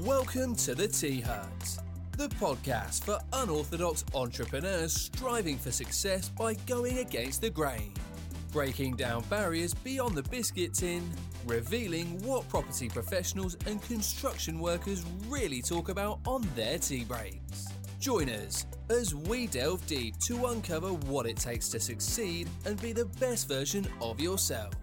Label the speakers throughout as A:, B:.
A: Welcome to the Tea Hut, the podcast for unorthodox entrepreneurs striving for success by going against the grain, breaking down barriers beyond the biscuit tin, revealing what property professionals and construction workers really talk about on their tea breaks. Join us as we delve deep to uncover what it takes to succeed and be the best version of yourself.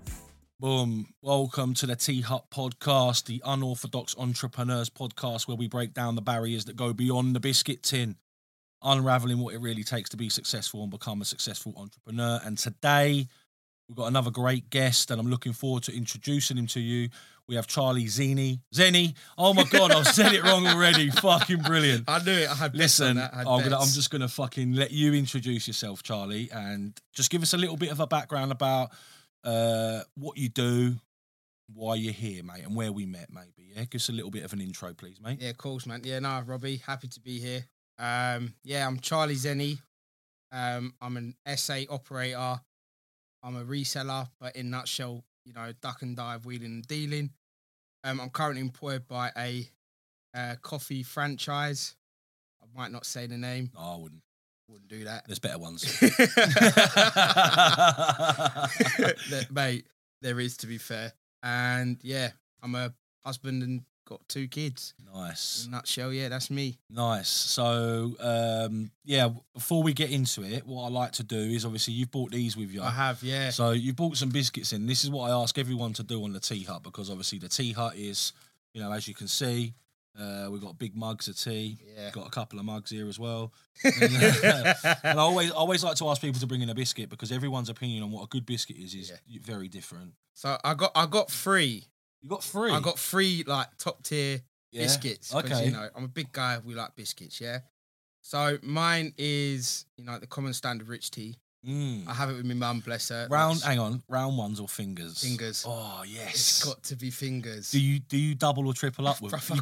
B: Boom. Welcome to the Tea Hut podcast, the unorthodox entrepreneurs podcast where we break down the barriers that go beyond the biscuit tin, unraveling what it really takes to be successful and become a successful entrepreneur. And today we've got another great guest, and I'm looking forward to introducing him to you. We have Charlie Zini. Zeni. Oh my God, I've said it wrong already. fucking brilliant.
C: I knew it. I had bets on
B: Listen,
C: that. I
B: I'm,
C: had
B: gonna, I'm
C: bets.
B: just going to fucking let you introduce yourself, Charlie, and just give us a little bit of a background about uh, what you do, why you're here, mate, and where we met, maybe. Yeah, give us a little bit of an intro, please, mate.
C: Yeah, of course, man. Yeah, no, Robbie, happy to be here. Um, yeah, I'm Charlie Zenny. Um, I'm an SA operator. I'm a reseller, but in nutshell, you know, duck and dive, wheeling and dealing. Um, I'm currently employed by a uh, coffee franchise. I might not say the name.
B: No, I wouldn't.
C: Wouldn't do that.
B: There's better ones.
C: That- mate, there is to be fair. And yeah, I'm a husband and got two kids.
B: nice.
C: In a nutshell, yeah, that's me.
B: Nice. So, um, yeah, before we get into it, what I like to do is obviously you've bought these with you.
C: I have, yeah.
B: So you bought some biscuits in. This is what I ask everyone to do on the tea hut because obviously the tea hut is, you know, as you can see, uh, we've got big mugs of tea.
C: Yeah.
B: Got a couple of mugs here as well. and I always I always like to ask people to bring in a biscuit because everyone's opinion on what a good biscuit is is very different.
C: so I got I got three.
B: You got three.
C: I got three like top tier
B: Yeah.
C: biscuits. 'cause,
B: Okay.
C: You know, I'm a big guy. We like biscuits, yeah. So mine is you know the common standard rich tea.
B: Mm.
C: I have it with my mum, bless her.
B: Round
C: It's-
B: hang on, round ones or fingers?
C: Fingers.
B: Oh yes.
C: It's got to be fingers.
B: do you do you double or triple up with
C: Bruv, I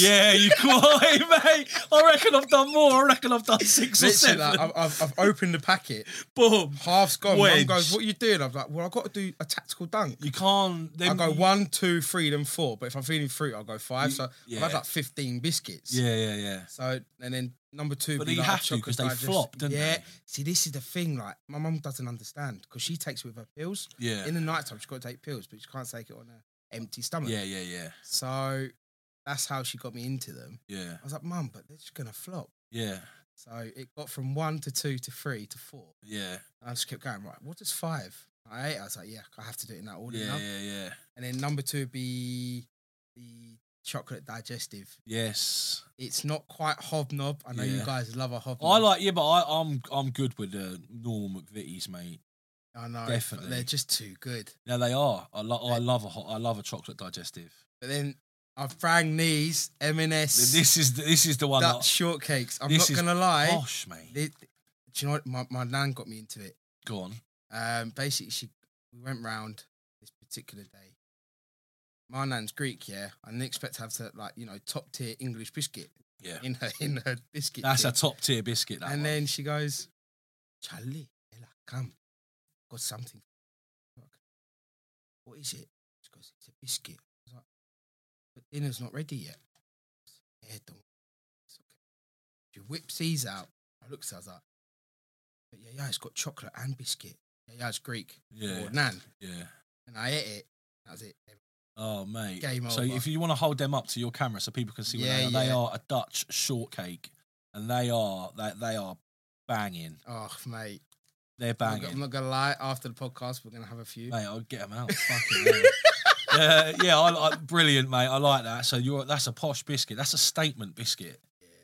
B: Yeah, you quite, mate. I reckon I've done more. I reckon I've done six or
C: Literally,
B: seven.
C: like, I've, I've, I've opened the packet.
B: Boom.
C: Half's gone.
B: Wedge.
C: Mum goes, "What you doing?" I'm like, "Well, I got to do a tactical dunk."
B: You can't.
C: I
B: Then
C: go
B: you-
C: one, two, three, then four. But if I'm feeling fruit, I'll go five.
B: You-
C: So
B: yeah.
C: I've had like 15 biscuits.
B: Yeah, yeah, yeah.
C: So and then number two,
B: But
C: be
B: you
C: like
B: have to, 'cause they
C: chocolate digest-
B: flop, don't
C: yeah.
B: they?
C: See, this is the thing. Like my mum doesn't understand because she takes it with her pills
B: Yeah.
C: in the night time. She got to take pills, but she can't take it on an empty stomach.
B: yeah, yeah, yeah,
C: So that's how she got me into them.
B: yeah,
C: I was like, mum, but they're just gonna flop.
B: yeah,
C: So it got from one to two to three to four.
B: yeah,
C: And I just kept going. Right, what does five? I ate. I was like, yeah, I have to do it in that order.
B: yeah,
C: now.
B: yeah, yeah.
C: And then number two would be the chocolate digestive.
B: Yes,
C: It's not quite hobnob. I know
B: Yeah.
C: you guys love a hobnob.
B: I like yeah, but I, I'm I'm good with the normal McVitie's, mate.
C: I know.
B: Definitely.
C: But they're just too good.
B: Now they are. I love I love a hot, I love a chocolate digestive.
C: But then I've rang these M&S
B: This is the, this is the one.
C: Dutch
B: That,
C: shortcakes. I'm
B: this
C: not
B: is
C: going to lie.
B: posh, mate.
C: They- they- do you know what? My, my nan got me into it.
B: Go on.
C: Um, basically, she we went round this particular day. My nan's Greek, yeah. I didn't expect to have to like you know top tier English biscuit
B: Yeah,
C: in her in her biscuit.
B: that's a
C: tin.
B: top tier biscuit. That
C: and
B: one.
C: then she goes, Charlie, Ella, come, got something. I'm like, What is it? She goes, it's a biscuit. I was like, but dinner's not ready yet. I said, Yeah, don't. worry, It's okay. She whips these out. I look, at her, I was like, but yeah, yeah, it's got chocolate and biscuit. Yeah, yeah, it's Greek.
B: yeah,
C: Or nan.
B: yeah.
C: And I ate it. That was it.
B: Oh mate.
C: Game
B: so
C: over.
B: if you want to hold them up to your camera so people can see what
C: Yeah,
B: they are, they
C: yeah.
B: are a Dutch shortcake, and they are they, they are banging.
C: Oh, mate.
B: They're
C: I'm
B: banging.
C: not, I'm not gonna lie. After the podcast, we're gonna have a few.
B: mate. I'll get them out. Fucking hell. yeah, yeah. I, I, brilliant, mate. I like that. So you're that's a posh biscuit. That's a statement biscuit.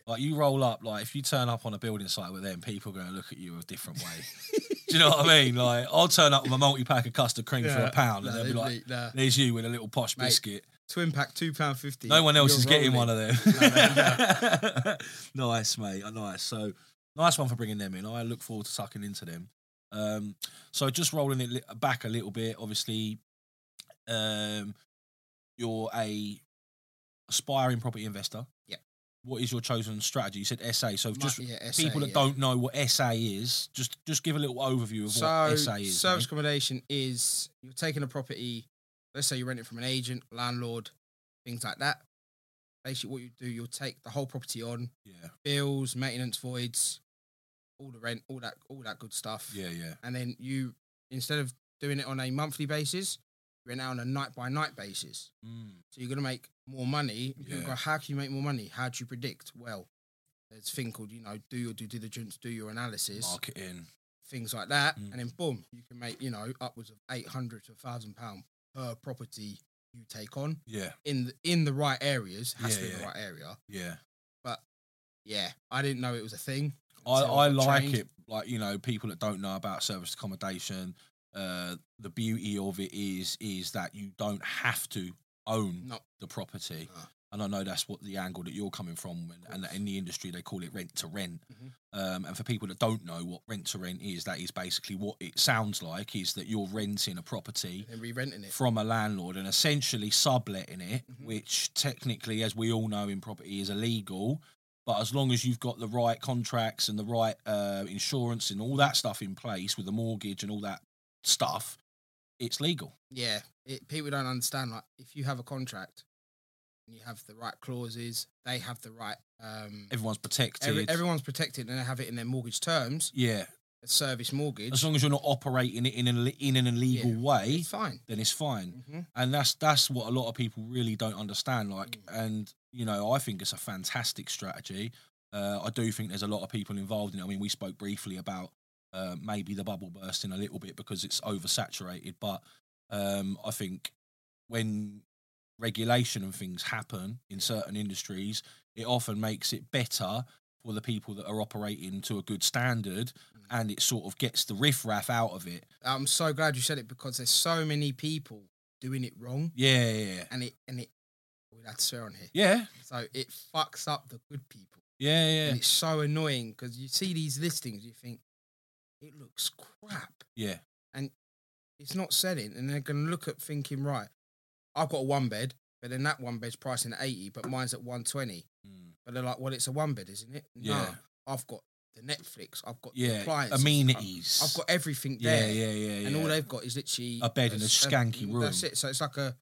B: Like you roll up, like if you turn up on a building site with them, people are going to look at you a different way. Do you know what I mean? Like I'll turn up with a multi pack of custard cream for
C: Yeah.
B: a pound,
C: No,
B: and they'll be
C: they'd
B: like,
C: be- nah.
B: "There's you with a little posh
C: Mate,
B: biscuit."
C: Twin pack, two pound fifty.
B: No one else
C: You're
B: is getting
C: rolling.
B: one of them. nice, mate. Uh, Nice. So nice one for bringing them in. I look forward to sucking into them. Um, so just rolling it li- back a little bit. Obviously, um, you're a aspiring property investor.
C: Yep.
B: What is your chosen strategy? You said SA. So
C: My-
B: just
C: yeah, SA,
B: people that
C: yeah.
B: don't know what SA is, just just give a little overview of
C: So
B: what SA is.
C: service
B: mate.
C: accommodation is you're taking a property. Let's say you rent it from an agent, landlord, things like that. basically what you do, you'll take the whole property on
B: Yeah.
C: bills, maintenance voids, all the rent, all that, all that good stuff.
B: Yeah. Yeah.
C: And then you, instead of doing it on a monthly basis, you're now on a night by night basis.
B: Mm.
C: So you're going to make more money. And People
B: Yeah.
C: go, how can you make more money? How do you predict? Well, there's a thing called, you know, do your due diligence, do your analysis,
B: Marketing.
C: things like that.
B: Mm.
C: And then boom, you can make, you know, upwards of 800 to 1,000 pound per property you take on
B: Yeah.
C: in the, in the right areas. Has to
B: Yeah,
C: be the
B: yeah.
C: right area.
B: Yeah.
C: Yeah. I didn't know it was a thing.
B: I,
C: until
B: I
C: got
B: like
C: trained.
B: it. Like you know, people that don't know about service accommodation, uh, the beauty of it is is that you don't have to own
C: No.
B: the property.
C: No.
B: And I know that's what the angle that you're coming from, and, and in the industry they call it rent to rent.
C: Mhm.
B: Um, and for people that don't know what rent to rent is, that is basically what it sounds like: is that you're renting a property
C: And re-renting it.
B: from a landlord and essentially subletting it,
C: Mhm.
B: which technically, as we all know in property, is illegal. But as long as you've got the right contracts and the right uh, insurance and all that stuff in place with the mortgage and all that stuff, it's legal.
C: yeah, it, people don't understand. Like, if you have a contract and you have the right clauses, they have the right. Um,
B: Everyone's protected.
C: every, everyone's protected, and they have it in their mortgage terms,
B: yeah,
C: a service mortgage.
B: as long as you're not operating it in an in an illegal
C: Yeah.
B: way,
C: It's fine.
B: then it's fine.
C: hmm
B: and that's that's what a lot of people really don't understand like
C: Mm.
B: and you know i think it's a fantastic strategy uh, i do think there's a lot of people involved in it i mean we spoke briefly about uh, maybe the bubble bursting a little bit because it's oversaturated but um, i think when regulation and things happen in certain industries it often makes it better for the people that are operating to a good standard
C: Mm.
B: and it sort of gets the riffraff out of it
C: I'm so glad you said it because there's so many people doing it wrong,
B: yeah yeah
C: and it and it. We'd have to swear on here,
B: yeah
C: so it fucks up the good people,
B: yeah yeah
C: and it's so annoying because you see these listings, you think it looks crap.
B: yeah
C: it's not selling, and they're going to look at thinking, right, I've got a one bed, but then that one bed's pricing at 80, but mine's at 120.
B: Mm.
C: But they're like, well, it's a one bed, isn't it?
B: Yeah.
C: No, I've got the Netflix, I've got the
B: yeah,
C: appliances,
B: amenities.
C: I've, I've got everything
B: yeah,
C: there.
B: yeah, yeah, yeah.
C: And all they've got is literally
B: A bed and a
C: s- um,
B: skanky
C: That's
B: room.
C: it. So it's like a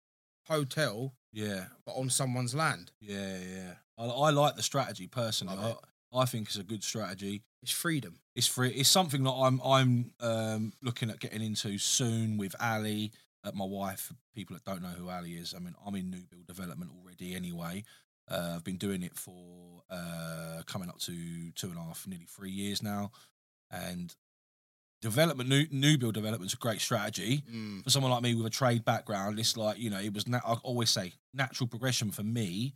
C: hotel,
B: yeah,
C: but on someone's land.
B: yeah, yeah. I, I like the strategy personally. I,
C: Love
B: I think it's a good strategy.
C: It's freedom.
B: It's free. It's something that I'm I'm um, looking at getting into soon with Ali, uh, my wife. for People that don't know who Ali is, I mean, I'm in new build development already. Anyway, uh, I've been doing it for uh, coming up to two and a half, nearly three years now, and development new new build development's a great strategy.
C: Mm.
B: for someone like me with a trade background, it's like you know, it was. Na- I always say natural progression for me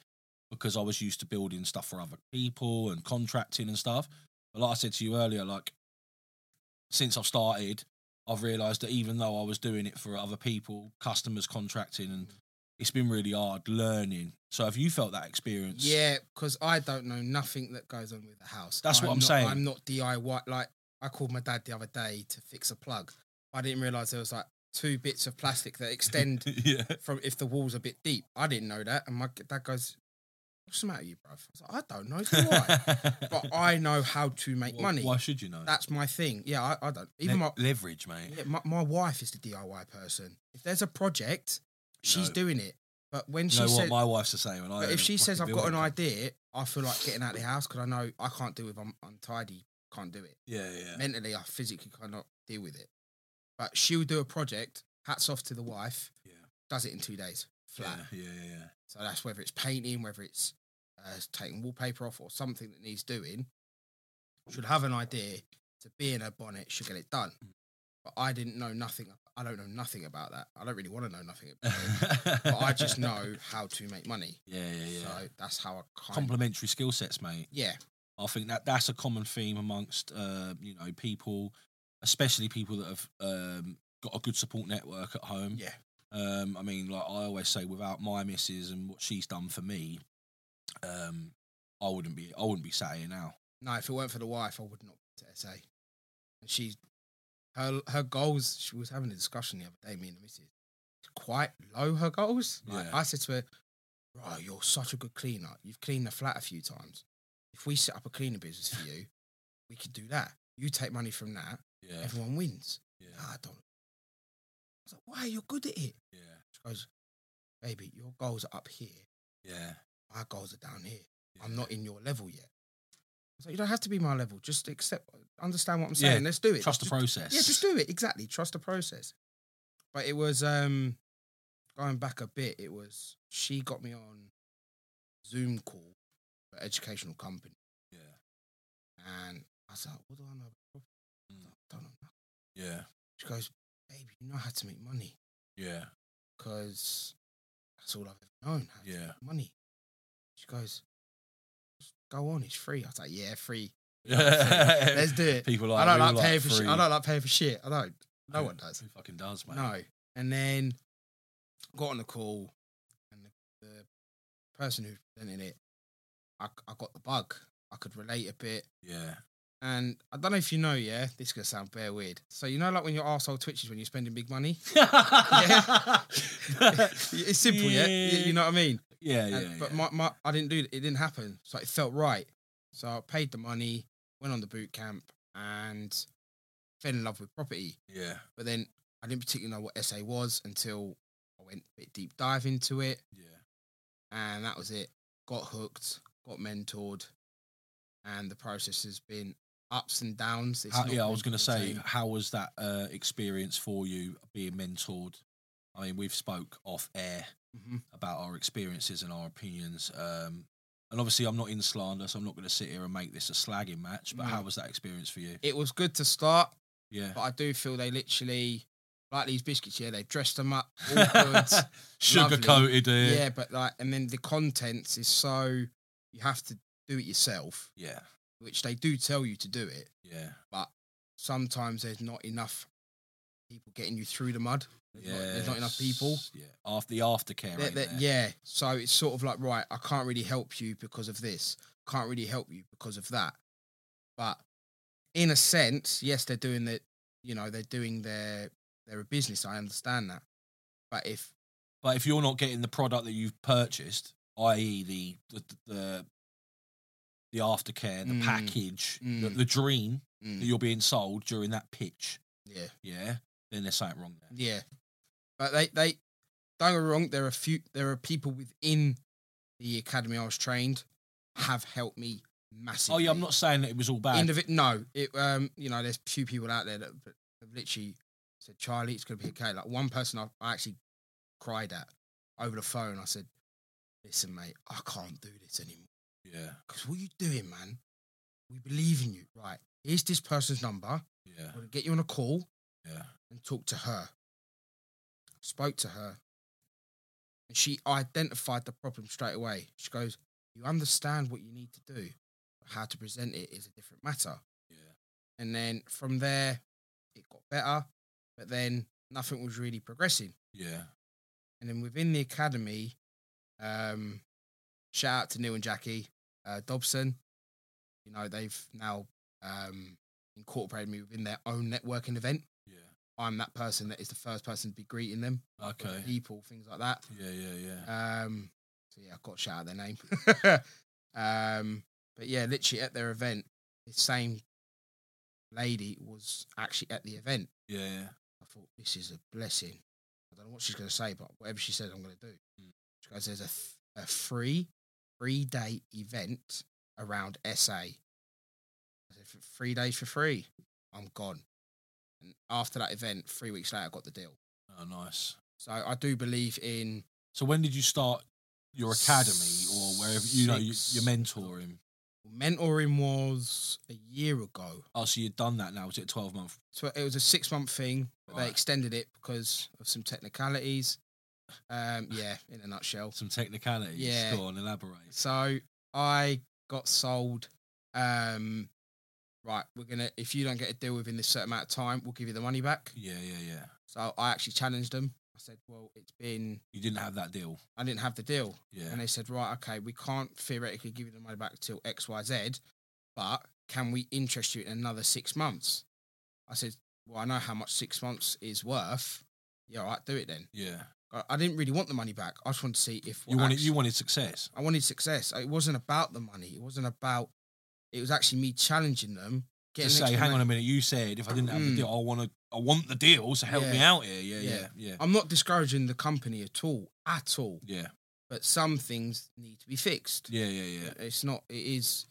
B: because I was used to building stuff for other people and contracting and stuff. But like I said to you earlier, like since I've started, I've realised that even though I was doing it for other people, customers contracting, and it's been really hard learning. So have you felt that experience?
C: Yeah, because I don't know nothing that goes on with the house.
B: That's what I'm
C: not-
B: saying.
C: I'm not DIY. Like I called my dad the other day to fix a plug. I didn't realize there was like two bits of plastic that extend
B: yeah,
C: from if the wall's a bit deep. I didn't know that, and my dad goes, "What's the matter, with you, bruv?" I was like, "I don't know, do I?" but I know how to make
B: Why-
C: money.
B: Why should you know?
C: That's my thing. Yeah, I, I don't. Even
B: Le-
C: my,
B: leverage, mate.
C: yeah, my my wife is the DIY person. If there's a project, she's
B: No.
C: doing it. But when
B: You
C: she
B: know what
C: said,
B: my wife's the same. and I
C: but
B: own
C: if
B: a
C: she says I've
B: fucking
C: got an
B: building.
C: idea, I feel like getting out of the house because I know I can't deal with I'm untidy, can't do it
B: yeah, yeah,
C: mentally. I physically cannot deal with it. But she'll do a project. Hats off to the wife.
B: Yeah.
C: does it in two days flat.
B: Yeah, yeah, yeah, yeah.
C: So that's whether it's painting, whether it's uh, taking wallpaper off, or something that needs doing. Should have an idea to be in her bonnet. Should get it done.
B: Mm.
C: But I didn't know nothing. I don't know nothing about that. I don't really want to know nothing about it. but I just know how to make money.
B: Yeah, yeah, yeah.
C: So that's how I kind
B: Complementary skill sets, mate.
C: yeah.
B: I think that that's a common theme amongst uh, you know people, especially people that have um, got a good support network at home.
C: Yeah.
B: Um, I mean, like I always say, without my missus and what she's done for me, um, I wouldn't be I wouldn't be sat here now.
C: No, if it weren't for the wife, I would not be to SA. And she, her her goals. She was having a discussion the other day. Me and the missus. It's Quite low her goals. Like
B: Yeah.
C: I said to her, "Bro, you're such a good cleaner. You've cleaned the flat a few times. If we set up a cleaning business for you, we could do that. You take money from that.
B: Yeah.
C: Everyone wins.
B: Yeah.
C: Nah, I don't." I was like, "Why? You're good at it."
B: Yeah.
C: She goes, "Baby, your goals are up here.
B: Yeah.
C: my goals are down here. I'm not in your level yet. I was like, you don't have to be my level. Just accept, understand what I'm
B: Yeah.
C: saying. Let's do it.
B: Trust the
C: Just-
B: process.
C: Yeah, just do it. Exactly. Trust the process. But it was um going back a bit, it was she got me on Zoom call for educational company.
B: Yeah.
C: And I was like, what do I know about property? I was
B: Mm.
C: like, I don't know. nothing."
B: Yeah.
C: She goes, babe, you know how to make money
B: Yeah.
C: because that's all I've ever known. How to
B: Yeah.
C: make money. She goes, just go on, it's free. I was like, yeah, free. Let's do it.
B: People
C: I
B: like
C: don't
B: you
C: like paying for
B: free.
C: shit. I don't like paying for shit. I don't. No
B: Who-
C: one does.
B: Who fucking does, man?
C: No. And then got on the call, and the, the person who was presenting it, I, I got the bug. I could relate a bit.
B: Yeah.
C: And I don't know if you know, yeah, this is going to sound bare weird. So, you know, like when your arsehole twitches when you're spending big money?
B: yeah.
C: it's simple, yeah? You, you know what I mean?
B: Yeah, yeah.
C: And- but
B: yeah.
C: My, my, I didn't do it. It didn't happen. So it felt right. So I paid the money, went on the boot camp, and fell in love with property.
B: yeah.
C: But then I didn't particularly know what SA was until I went a bit deep dive into it,
B: Yeah.
C: and that was it. Got hooked, got mentored, and the process has been ups and downs. It's
B: How,
C: not
B: yeah, I
C: been
B: was going to say,
C: the same.
B: how was that uh, experience for you being mentored? I mean, we've spoke off air
C: Mhm.
B: about our experiences and our opinions. Um, and obviously, I'm not in slander, so I'm not going to sit here and make this a slagging match. But
C: No.
B: how was that experience for you?
C: it was good to start,
B: Yeah.
C: but I do feel they literally like these biscuits. Yeah, they dressed them up all good.
B: Sugar coated eh? it.
C: yeah, but like, and then the contents is so you have to do it yourself,
B: Yeah.
C: which they do tell you to do it.
B: Yeah.
C: sometimes there's not enough people getting you through the mud. There's, not, there's not enough people.
B: Yes, Yeah. After the aftercare.
C: There-
B: ain't
C: there-
B: there?
C: yeah. So it's sort of like, right, I can't really help you because of this. Can't really help you because of that. But in a sense, yes, they're doing the, you know, they're doing their, they're a business. I understand that. But if,
B: But if you're not getting the product that you've purchased, i.e., the the the, the aftercare, the
C: Mm.
B: package, The,
C: Mm.
B: the dream
C: mm,
B: that you're being sold during that pitch,
C: yeah,
B: yeah, then there's something wrong there.
C: yeah. But they, they, don't get me wrong. There are few, there are people within the academy I was trained have helped me massively.
B: Oh yeah, I'm not saying that it was all bad.
C: Indivi- no, it um, you know, there's few people out there that have have literally said, Charlie, it's gonna be okay. Like one person I, I actually cried at over the phone. I said, Listen, mate, I can't do this anymore.
B: yeah,
C: Because what are you doing, man? We believe in you. Right. Here's this person's number.
B: yeah,
C: I'm gonna get you on a call
B: yeah,
C: and talk to her. Spoke to her. And she identified the problem straight away. She goes, You understand what you need to do, but how to present it is a different matter.
B: yeah,
C: And then from there, it got better, but then nothing was really progressing.
B: yeah,
C: And then within the academy, um, shout out to Neil and Jackie uh, Dobson. You know, they've now um, incorporated me within their own networking event.
B: yeah.
C: I'm that person that is the first person to be greeting them,
B: Okay.
C: people, things like that.
B: Yeah, yeah, yeah.
C: Um, so yeah, I've got to shout out their name. um, but yeah, literally at their event, the same lady was actually at the event.
B: Yeah, yeah.
C: I thought, this is a blessing. I don't know what she's going to say, but whatever she says, I'm going to do.
B: Mm.
C: She goes, there's a, th- a free three day event around SA. I said, "For three days for free. I'm gone. And after that event, three weeks later, I got the deal.
B: Oh, nice.
C: So I do believe in
B: So when did you start your academy or wherever you know you,
C: Six.
B: your mentoring?
C: mentoring was a year ago.
B: Oh, so you've done that now? Was it a twelve month?
C: So it was a six month thing, but
B: Right.
C: they extended it because of some technicalities. Um, yeah, in a nutshell.
B: Some technicalities.
C: Yeah.
B: Go on, elaborate.
C: So I got sold. Um, right, we're gonna if you don't get a deal within this certain amount of time, we'll give you the money back.
B: Yeah, yeah, yeah.
C: So I actually challenged them. I said, well, it's been
B: You didn't have that deal.
C: I didn't have the deal,
B: Yeah.
C: and they said, right, okay, we can't theoretically give you the money back till X Y Z, but can we interest you in another six months? I said, well, I know how much six months is worth. Yeah, all right, do it then.
B: yeah.
C: I- I didn't really want the money back. I just wanted to see if
B: You
C: what
B: wanted
C: actually-
B: you wanted success.
C: I wanted success. It wasn't about the money. It wasn't about. It was actually me challenging them.
B: To
C: an
B: say, hang on a
C: explanation."
B: minute, you said if I didn't have the
C: Mm.
B: deal, I want to, I want the deal, so help me
C: Yeah.
B: out here. Yeah, yeah,
C: Yeah.
B: yeah,
C: I'm not discouraging the company at all, at all.
B: yeah,
C: but some things need to be fixed.
B: Yeah, yeah, yeah.
C: It's not. It is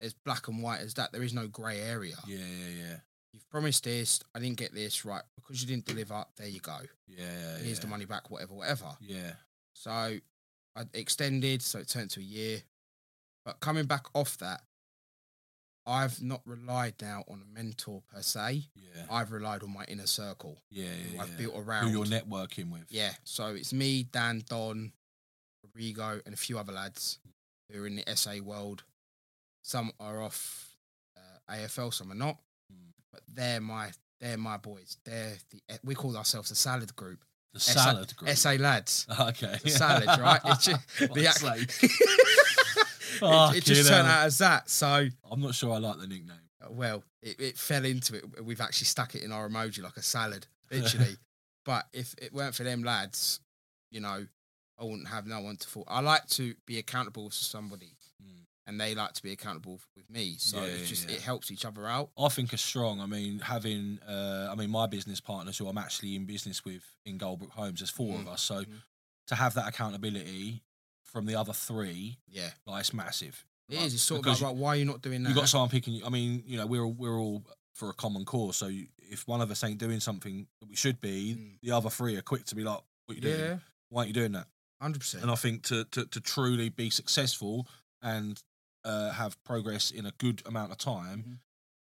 C: as black and white as that. There is no grey area.
B: Yeah, yeah, yeah.
C: You've promised this. I didn't get this right because you didn't deliver. There you go.
B: Yeah,
C: Here's
B: yeah.
C: the money back. Whatever, whatever.
B: Yeah.
C: So I extended, so it turned to a year. But coming back off that, I've not relied now on a mentor per se.
B: Yeah.
C: I've relied on my inner circle.
B: Yeah,
C: who
B: yeah.
C: I've
B: yeah.
C: built
B: Who
C: around.
B: you're networking with.
C: yeah. So it's me, Dan, Don, Rigo, and a few other lads who are in the SA world. Some are off uh, AFL, some are not.
B: Mm.
C: But they're my they're my boys. They're the eh, we call ourselves the salad group.
B: The salad group.
C: SA lads.
B: okay.
C: The salad, right? It's ju- the
B: Fuck's
C: act-
B: sake.
C: it, it just
B: Fucking
C: turned
B: hell.
C: out as that. So,
B: I'm not sure I like the nickname.
C: well, it, it fell into it. We've actually stuck it in our emoji like a salad, literally. but if it weren't for them lads, you know, I wouldn't have no one to fall. I like to be accountable to somebody,
B: Mm.
C: and they like to be accountable with me. So
B: Yeah,
C: it's
B: yeah,
C: just
B: yeah.
C: it helps each other out.
B: I think are strong. I mean, having, uh, I mean, my business partners who I'm actually in business with in Goldbrook Homes, there's 4 of
C: Mhm,
B: us. So
C: mhm.
B: to have that accountability from the other three,
C: Yeah,
B: like, it's massive.
C: it is.
B: Like,
C: It's sort of
B: because
C: like, right, why are you not doing that?
B: you got someone picking you. I mean, you know, we're all, we're all for a common cause. So you, if one of us ain't doing something that we should be,
C: Mm.
B: the other three are quick to be like, "What you doing?
C: yeah,
B: Why aren't you doing that?"
C: hundred percent.
B: And I think to to, to truly be successful and uh, have progress in a good amount of time,
C: Mhm.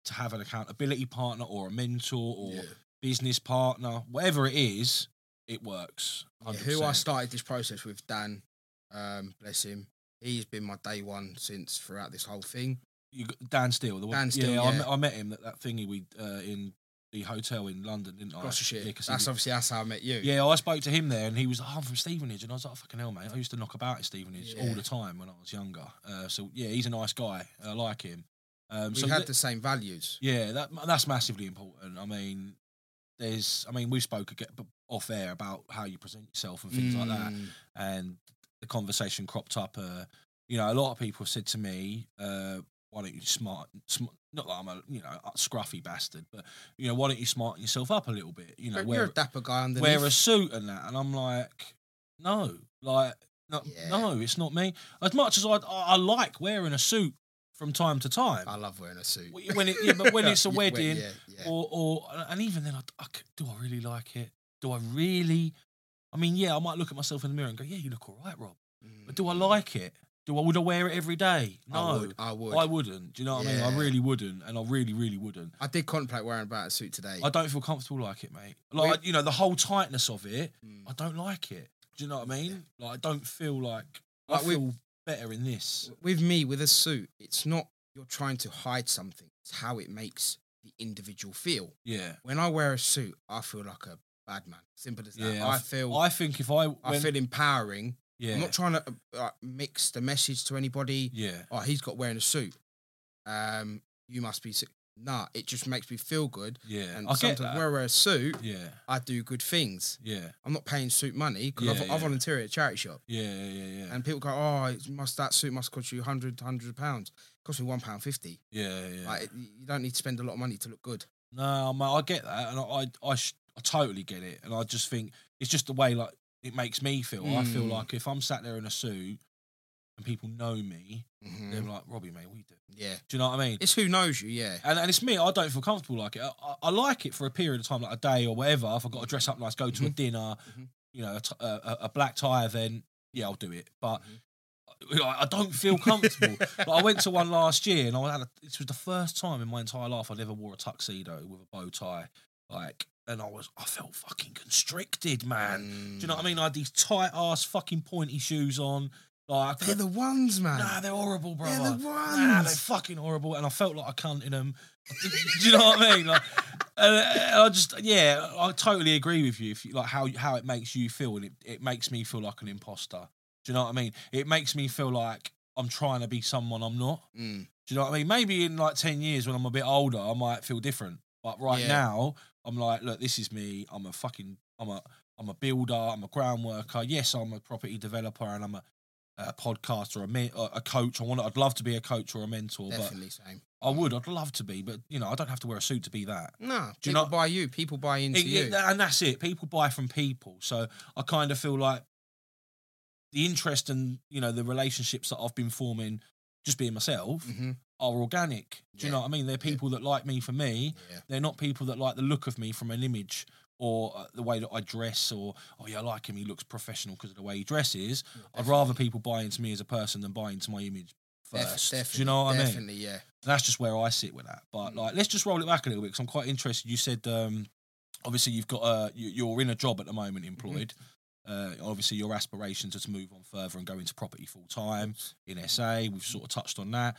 B: to have an accountability partner or a mentor or
C: Yeah.
B: business partner, whatever it is, it works.
C: Yeah, who I
B: 100%.
C: started this process with, Dan, um, bless him. He's been my day one since throughout this whole thing.
B: You got Dan Steele, the one.
C: Dan Steele,
B: I,
C: yeah.
B: met, I met him that that thingy we uh, in the hotel in London, didn't I?
C: Gloucestershire.
B: Yeah, 'cause he
C: that's
B: was-
C: obviously that's how I met you.
B: Yeah, I spoke to him there, and he was like, "Oh, "I'm from Stevenage," and I was like, "Fucking hell, mate! I used to knock about at Stevenage all
C: Yeah.
B: the time when I was younger." Uh, so yeah, he's a nice guy. I like him. Um,
C: we
B: so
C: had
B: th-
C: the same values.
B: yeah, that that's massively important. I mean, there's, I mean, we spoke aga- b- off air about how you present yourself and things like that,
C: Mm,
B: and the conversation cropped up. Uh, you know, a lot of people said to me, uh, "Why don't you smart?" Sm- not that I'm a you know a scruffy bastard, but you know, why don't you smarten yourself up a little bit? You know,
C: you're,
B: where
C: you're a dapper guy underneath.
B: wear a suit and that, and I'm like, no, like, no,
C: Yeah.
B: no, it's not me. As much as I, I, I like wearing a suit from time to time,
C: I love wearing a suit.
B: when it, yeah, but when it's a
C: Yeah,
B: wedding,
C: yeah, yeah.
B: or, or, and even then, I, I c- do I really like it? Do I really? I mean, yeah, I might look at myself in the mirror and go, yeah, you look all right, Rob.
C: Mm.
B: But do I like it? Do I would I wear it every day? No,
C: I would. I would.
B: I wouldn't. Do you know what I mean?
C: Yeah.
B: I really wouldn't, and I really, really wouldn't.
C: I did contemplate wearing about a suit today.
B: I don't feel comfortable like it, mate. Like you know, the whole tightness of it,
C: Mm.
B: I don't like it. Do you know what I mean? Like I don't feel like I
C: Like we-
B: feel better in this.
C: with me, with a suit, it's not you're trying to hide something. It's how it makes the individual feel.
B: Yeah,
C: When I wear a suit, I feel like a bad man. Simple as that.
B: yeah.
C: I
B: f-
C: feel.
B: I think if I,
C: I
B: went-
C: feel empowering.
B: yeah,
C: I'm not trying to uh, uh, mix the message to anybody.
B: yeah,
C: oh, he's got wearing a suit. Um, you must be sick. Nah, it just makes me feel good.
B: yeah.
C: And
B: I get
C: sometimes
B: that.
C: when I wear a suit,
B: yeah,
C: I do good things.
B: yeah,
C: I'm not paying suit money because
B: Yeah,
C: I,
B: yeah.
C: I volunteer at a charity shop.
B: yeah, yeah, yeah, yeah.
C: And people go, oh, it must that suit must cost you 100, 100 pounds. cost me one pound fifty.
B: yeah, yeah.
C: Like you you don't need to spend a lot of money to look good.
B: No, mate, I get that, and I, I, I, sh- I totally get it, and I just think it's just the way like it makes me feel. I feel
C: Mm.
B: like if I'm sat there in a suit and people know me,
C: Mhm.
B: they're like, Robbie, mate, what you doing?
C: Yeah,
B: Do you know what I mean?
C: it's who knows you. Yeah,
B: And, and it's me. I don't feel comfortable like it. I, I- I like it for a period of time, like a day or whatever. If I've got to dress up nice, go to a dinner,
C: Mhm.
B: you know, a, t- a- a- a black tie event, yeah, I'll do it. But
C: Mhm.
B: you know, I don't feel comfortable. But I went to one last year, and I had a, this was the first time in my entire life I'd ever wore a tuxedo with a bow tie, like, and I was I felt fucking constricted, man. Do you know
C: Mm.
B: what I mean? I had these tight ass fucking pointy shoes on, like.
C: They're the ones, man.
B: Nah, they're horrible, brother.
C: They're the
B: Nah, they're
C: ones.
B: fucking horrible, and I felt like a cunt in them. Do you know what I mean? Like, and I just, yeah, I totally agree with you. If you like how how it makes you feel, and it, it makes me feel like an imposter. Do you know what I mean? It makes me feel like I'm trying to be someone I'm not.
C: Mm.
B: Do you know what I mean? Maybe in like ten years when I'm a bit older, I might feel different. But right
C: Yeah.
B: now, I'm like, look, this is me. I'm a fucking, I'm a, I'm a builder. I'm a ground worker. Yes, I'm a property developer, and I'm a, a podcaster, a, me- a a coach. I want, I'd love to be a coach or a mentor,
C: Definitely same.
B: but I would, I'd love to be, but you know, I don't have to wear a suit to be that.
C: Nah,
B: Do you
C: people
B: not-
C: buy you. People buy into
B: It-
C: you.
B: it- and that's it. People buy from people, so I kind of feel like the interest and you know the relationships that I've been forming, just being myself,
C: Mhm.
B: are organic. Do you
C: Yeah.
B: know what I mean? They're people that like me for me.
C: Yeah.
B: They're not people that like the look of me from an image or uh, the way that I dress or oh yeah, I like him. He looks professional because of the way he dresses. I'd rather people buy into me as a person than buy into my image
C: Def-
B: first.
C: definitely,
B: Do you know what I mean?
C: Definitely, yeah.
B: that's just where I sit with that. But like, let's just roll it back a little bit because I'm quite interested. You said um, obviously you've got uh, you- you're in a job at the moment, employed. Uh, obviously, your aspirations are to move on further and go into property full time in SA. We've sort of touched on that,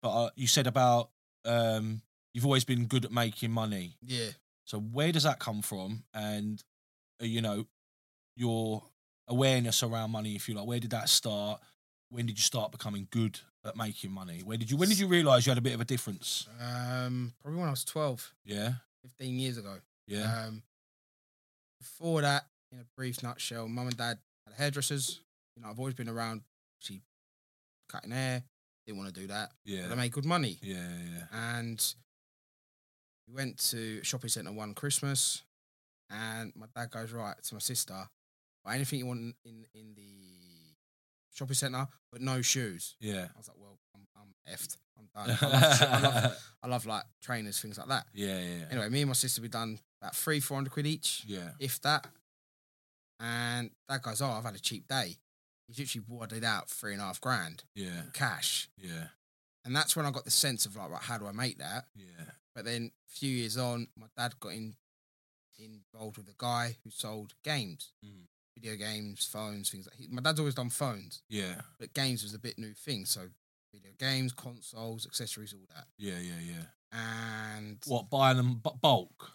B: but uh, you said about um, you've always been good at making money.
C: Yeah.
B: So where does that come from? And uh, you know, your awareness around money, if you like, where did that start? When did you start becoming good at making money? Where did you when did you realise you had a bit of a difference?
C: Um, probably when I was 12,
B: Yeah,
C: 15 years ago.
B: yeah,
C: Um, before that, in a brief nutshell, mum and dad had hairdressers. You know, I've always been around. She cutting hair. Didn't want to do that.
B: yeah,
C: But I made good money.
B: yeah, yeah,
C: And we went to a shopping centre one Christmas, and my dad goes right to my sister, buy anything you want in in the shopping centre, but no shoes.
B: yeah,
C: I was like, well, I'm, I'm effed. I'm done. I love, I, love, I love like trainers, things like that.
B: yeah, yeah, yeah,
C: Anyway, me and my sister we done about three, four hundred quid each,
B: yeah,
C: if that. And that goes, oh, I've had a cheap day. He's literally wadded out three and a half grand
B: yeah,
C: cash.
B: yeah,
C: And that's when I got the sense of like, right, how do I make that?
B: yeah.
C: But then a few years on, my dad got in, involved with a guy who sold games,
B: Mhm.
C: video games, phones, things like he, My dad's always done phones,
B: Yeah,
C: but games was a bit new thing. So video games, consoles, accessories, all that.
B: yeah, yeah, yeah.
C: And
B: What buying them bu- bulk?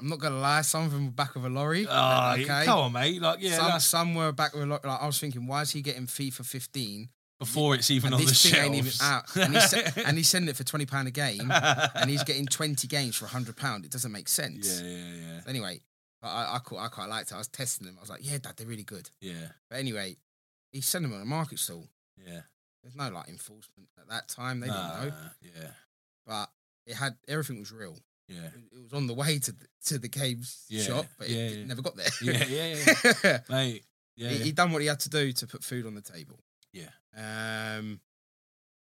C: I'm not going to lie, some of them were back of a lorry.
B: Ah, come on, mate. Like, yeah,
C: some,
B: that's
C: some were back with a lot. Like, I was thinking, why is he getting FIFA 15?
B: before it's even
C: And
B: on the
C: this thing ain't even
B: shelves.
C: out. And he's, se- and he's sending it for twenty pound a game, and he's getting twenty games for hundred pound. It doesn't make sense.
B: yeah, yeah, yeah,
C: Anyway, but I, I quite I quite liked it. I was testing them. I was like, yeah, dad, they're really good.
B: yeah,
C: But anyway, he's sending them on a market stall.
B: yeah.
C: There's no like enforcement at that time. They
B: Nah,
C: didn't know,
B: Yeah,
C: but it had everything was real.
B: yeah.
C: It- It was on the way to the, to the games
B: Yeah,
C: shop, but
B: yeah,
C: it, it
B: yeah.
C: never got there.
B: yeah, yeah, yeah. mate. Yeah,
C: he, he done what he had to do to put food on the table.
B: Yeah.
C: Um,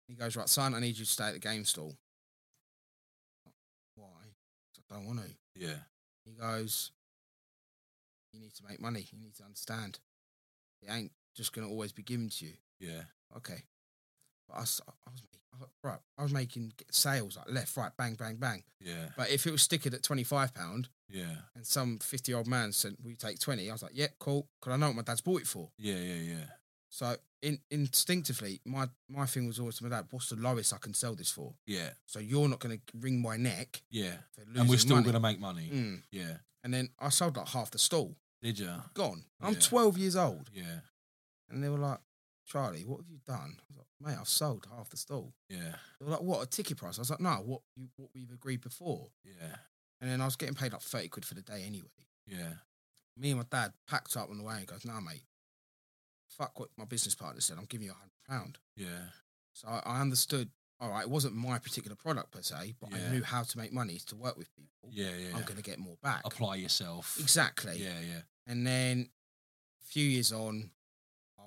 C: he goes right, son. I need you to stay at the game stall. Why? I don't want to.
B: yeah,
C: He goes. You need to make money. You need to understand. It ain't just gonna always be given to you.
B: yeah,
C: Okay. But I, s- I was making, I, was- right. I was making sales like left, right, bang, bang, bang.
B: yeah,
C: But if it was stickered at twenty five pound
B: yeah,
C: and some fifty old man said, "We take 20 I was like, "Yeah, cool." Because I know what my dad's bought it for.
B: yeah, yeah, yeah.
C: So in, instinctively, my my thing was always to my dad, what's the lowest I can sell this for?
B: Yeah,
C: So you're not going to wring my neck
B: yeah,
C: for losing
B: and we're still
C: money.
B: gonna make money.
C: Mm.
B: Yeah,
C: And then I sold like half the stall.
B: did you?
C: Gone. I'm
B: Yeah.
C: 12 years old.
B: Yeah,
C: And they were like, Charlie, what have you done? I was like, mate, I've sold half the stall.
B: yeah,
C: They were like, what, a ticket price? I was like, no, what, you, what we've agreed before.
B: yeah,
C: And then I was getting paid like 30 quid for the day anyway.
B: yeah,
C: Me and my dad packed up on the way and goes, nah, mate, fuck what my business partner said. I'm giving you a £100.
B: yeah,
C: So I, I understood. All right, it wasn't my particular product per se, but
B: Yeah.
C: I knew how to make money to work with people.
B: yeah, yeah.
C: I'm going to get more back.
B: Apply yourself.
C: Exactly.
B: Yeah, yeah,
C: And then a few years on,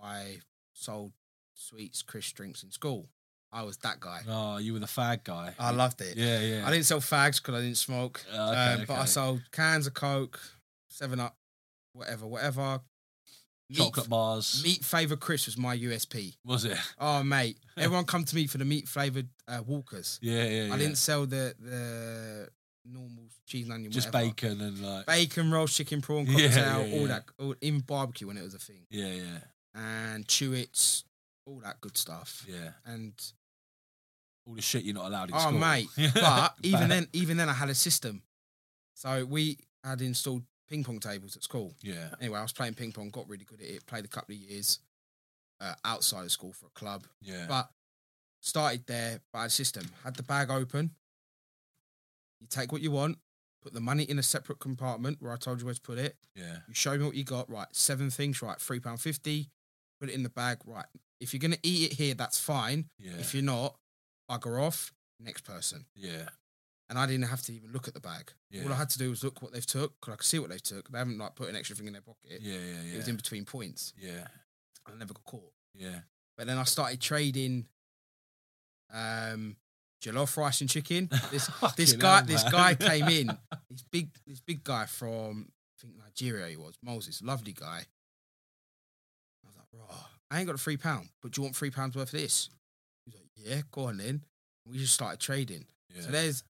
C: I sold sweets, crisp drinks in school. I was that guy.
B: Oh, you were the fag guy.
C: I loved it.
B: yeah, yeah.
C: I didn't sell fags because I didn't smoke,
B: Oh, okay,
C: um, but I
B: okay.
C: sold cans of Coke, Seven Up, whatever, whatever.
B: Chocolate bars.
C: meat flavored crisp was my USP.
B: Was it?
C: Oh mate, everyone come to me for the meat flavored uh, Walkers.
B: Yeah, yeah, yeah.
C: I didn't sell the the normal cheese and onion.
B: Just
C: whatever.
B: bacon and like.
C: Bacon rolls, chicken prawn
B: Yeah,
C: cocktail,
B: yeah, yeah.
C: all that, all, in barbecue when it was a thing,
B: Yeah, yeah,
C: and chewits, all that good stuff.
B: yeah.
C: And
B: All the shit you're not allowed in
C: oh
B: school.
C: mate, but even then, even then, I had a system. So we had installed ping pong tables at school.
B: Yeah,
C: Anyway, I was playing ping pong, got really good at it. Played a couple of years uh, outside of school for a club,
B: yeah,
C: but started there by a system. Had the bag open. You take what you want, put the money in a separate compartment where I told you where to put it.
B: yeah,
C: You show me what you got. Right, seven things. Right, three pound fifty. Put it in the bag. Right, if you're gonna eat it here, that's fine.
B: yeah,
C: If you're not, bugger off. Next person.
B: yeah,
C: And I didn't have to even look at the bag.
B: Yeah.
C: All I had to do was look what they've took because I could see what they've took. They haven't like put an extra thing in their pocket.
B: yeah, yeah,
C: It was
B: yeah.
C: in between points.
B: Yeah,
C: I never got caught.
B: Yeah.
C: But then I started trading um jollof rice and chicken. This this
B: Fucking
C: guy
B: hell,
C: this
B: man.
C: guy came in. This big this big guy from I think Nigeria he was, Moses, lovely guy. I was like, raw, I ain't got a three pound, but do you want three pounds worth of this? He was like, Yeah, go on then. We just started trading.
B: Yeah.
C: So there's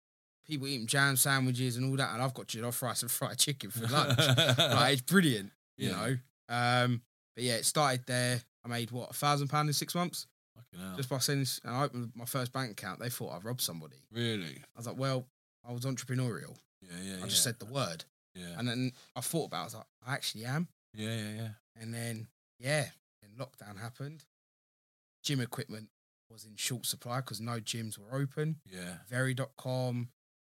C: people eating jam sandwiches and all that, and I've got jollof rice and fried chicken for lunch. like it's brilliant, you
B: Yeah.
C: know. Um, but yeah, it started there. I made what a thousand pound in six months
B: Fucking hell.
C: just by sending. s- And I opened my first bank account. They thought I robbed somebody.
B: really.
C: I was like, well, I was entrepreneurial.
B: Yeah, yeah.
C: I just
B: yeah.
C: said the word,
B: Yeah.
C: and then I thought about. it. I was like, I actually am.
B: Yeah, yeah, yeah.
C: And then yeah, then lockdown happened. Gym equipment was in short supply because no gyms were open.
B: Yeah.
C: Very.com,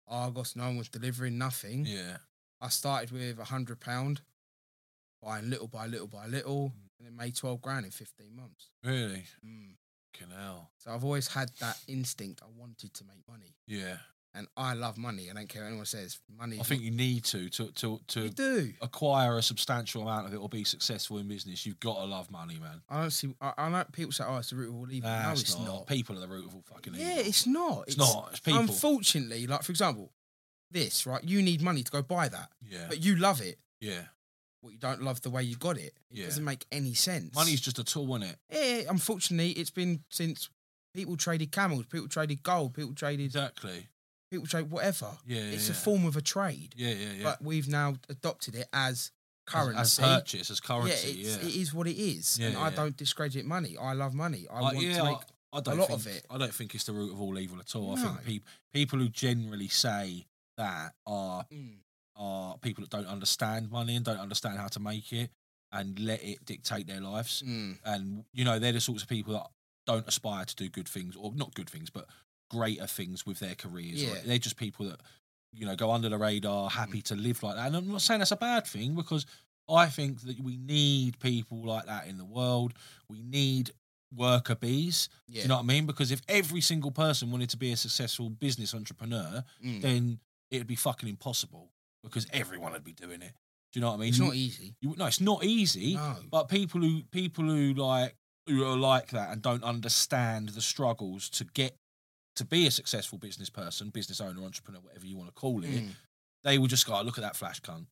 C: Argos, no one was delivering nothing.
B: Yeah.
C: I started with a hundred pound, buying little by little by little,
B: Hmm.
C: and then made twelve grand in fifteen months.
B: Really. Fucking hell.
C: So I've always had that instinct. I wanted to make money,
B: Yeah.
C: and I love money. I don't care what anyone says. Money,
B: I think you need to to to
C: you
B: to
C: do.
B: acquire a substantial amount of it or be successful in business. You've got to love money, man.
C: I don't see. I, I know people say, "Oh, it's the root of all evil."
B: Nah,
C: no, it's not.
B: People are the root of all fucking
C: yeah,
B: evil.
C: it's not.
B: It's not. It's people.
C: Unfortunately, like for example, this right. You need money to go buy that,
B: yeah.
C: but you love it.
B: Yeah.
C: Well, you don't love the way you got it. It
B: Yeah.
C: doesn't make any sense.
B: Money's just a tool, isn't it?
C: Yeah, Eh, unfortunately, it's been since people traded camels, people traded gold, people traded uh,
B: Exactly.
C: people trade whatever.
B: Yeah.
C: it's
B: yeah.
C: a form of a trade,
B: Yeah, yeah, yeah.
C: but we've now adopted it as
B: As-
C: currency.
B: As, purchase, as
C: yeah,
B: currency. Yeah.
C: it's, it is what it is,
B: Yeah,
C: and I
B: yeah.
C: don't discredit money. I love money. I
B: I-
C: want
B: yeah,
C: to make.
B: I, I don't
C: lot
B: think,
C: of it.
B: I don't think it's the root of all evil at all. I
C: No.
B: think people people who generally say that are
C: Mm,
B: are people that don't understand money and don't understand how to make it and let it dictate their lives.
C: mm,
B: And you know, they're the sorts of people that don't aspire to do good things or not good things, but greater things with their careers. or
C: Yeah. Mm.
B: they're just people that you know go under the radar, happy to live like that. And I'm not saying that's a bad thing because I think that we need people like that in the world. We need worker bees.
C: yeah.
B: Do you know what I mean? Because if every single person wanted to be a successful business entrepreneur,
C: mm.
B: then it'd be fucking impossible because everyone would be doing it. Do you know what I mean?
C: it's not easy.
B: You- no, it's not easy.
C: No.
B: But people who people who like who are like that and don't understand the struggles to get to be a successful business person, business owner, entrepreneur, whatever you want to call it,
C: Mm,
B: they will just go, "Oh, look at that flash cunt.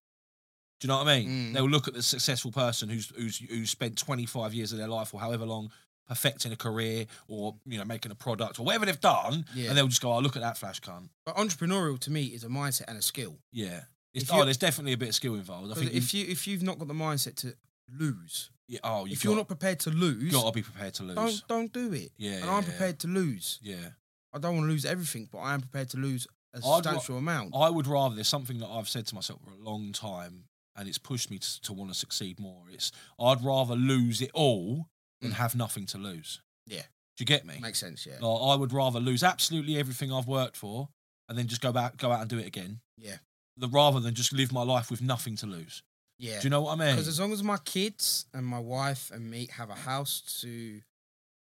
B: Do you know what I mean?
C: Mm.
B: They'll look at the successful person who's who's who's spent 25 years of their life or however long perfecting a career or you know making a product or whatever they've done,
C: Yeah.
B: and they'll just go, "Oh, look at that flash cunt.
C: But entrepreneurial to me is a mindset and a skill.
B: Yeah. It's,
C: If
B: oh,
C: you-
B: there's definitely a bit of skill involved. I
C: But
B: think
C: if you if you've not got the mindset to lose,
B: yeah, oh, you've
C: if you're
B: got,
C: not prepared to lose,
B: got to be prepared to lose.
C: don't don't do it.
B: yeah,
C: and
B: yeah,
C: I'm
B: yeah.
C: prepared to lose.
B: Yeah,
C: I don't want to lose everything, but I am prepared to lose a
B: ra-
C: substantial amount.
B: I would rather. There's something that I've said to myself for a long time, and it's pushed me to, to want to succeed more. It's I'd rather lose it all than
C: Mm.
B: have nothing to lose.
C: Yeah.
B: do you get me?
C: Makes sense, yeah.
B: Like, I would rather lose absolutely everything I've worked for and then just go back, go out and do it again.
C: Yeah.
B: The, rather than just live my life with nothing to lose.
C: Yeah.
B: Do you know what I mean?
C: Because as long as my kids and my wife and me have a house to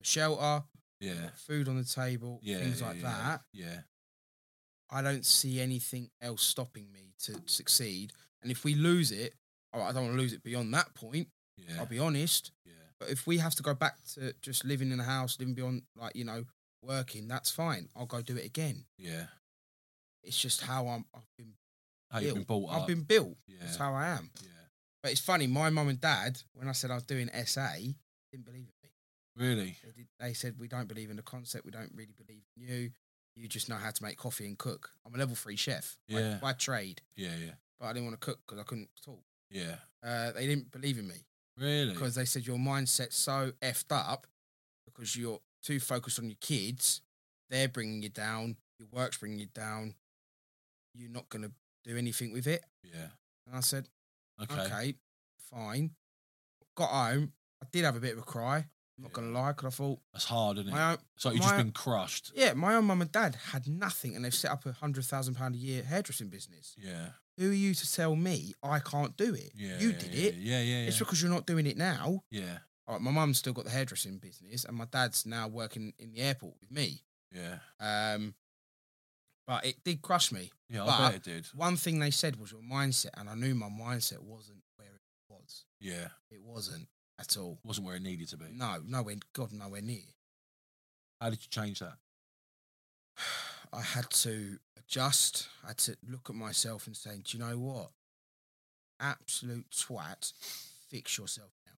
C: shelter,
B: yeah.
C: food on the table,
B: Yeah.
C: things
B: yeah,
C: like
B: yeah,
C: that,
B: Yeah.
C: I don't see anything else stopping me to succeed. And if we lose it, all right, I don't want to lose it beyond that point.
B: Yeah.
C: I'll be honest.
B: yeah.
C: But if we have to go back to just living in a house, living beyond, like, you know, working, that's fine. I'll go do it again.
B: Yeah.
C: It's just how I'm, I've been
B: How you've been brought up.
C: I've been built.
B: yeah.
C: That's how I am.
B: yeah.
C: But it's funny, my mum and dad, when I said I was doing SA, didn't believe in me.
B: Really?
C: They, did, they said, We don't believe in the concept. We don't really believe in you. You just know how to make coffee and cook. I'm a level three chef by-
B: Yeah.
C: by, trade,
B: Yeah. Yeah.
C: but I didn't want to cook because I couldn't talk.
B: Yeah.
C: Uh, they didn't believe in me
B: Really?
C: because they said, Your mindset's so effed up because you're too focused on your kids. They're bringing you down. Your work's bringing you down. You're not going to do anything with it.
B: Yeah.
C: And I said,
B: Okay.
C: okay, fine. Got home. I did have a bit of a cry. I'm not
B: Yeah.
C: gonna lie, because I thought
B: That's hard, isn't it?
C: my own,
B: so you've just
C: my-
B: been crushed.
C: yeah, my own mum and dad had nothing, and they've set up a hundred thousand pound a year hairdressing business.
B: Yeah.
C: Who are you to tell me I can't do it?
B: Yeah.
C: you
B: yeah,
C: did
B: yeah,
C: it.
B: Yeah. Yeah. Yeah.
C: It's because you're not doing it now.
B: yeah.
C: All right, my mum's still got the hairdressing business, and my dad's now working in the airport with me.
B: Yeah.
C: Um, but it did crush me.
B: Yeah. I
C: But-
B: bet it did.
C: One thing they said was your mindset, and I knew my mindset wasn't where it was.
B: Yeah.
C: It wasn't. at all.
B: Wasn't where it needed to be.
C: No, nowhere, God, nowhere near.
B: How did you change that?
C: I had to adjust. I had to look at myself and say, do you know what? Absolute twat, fix yourself now.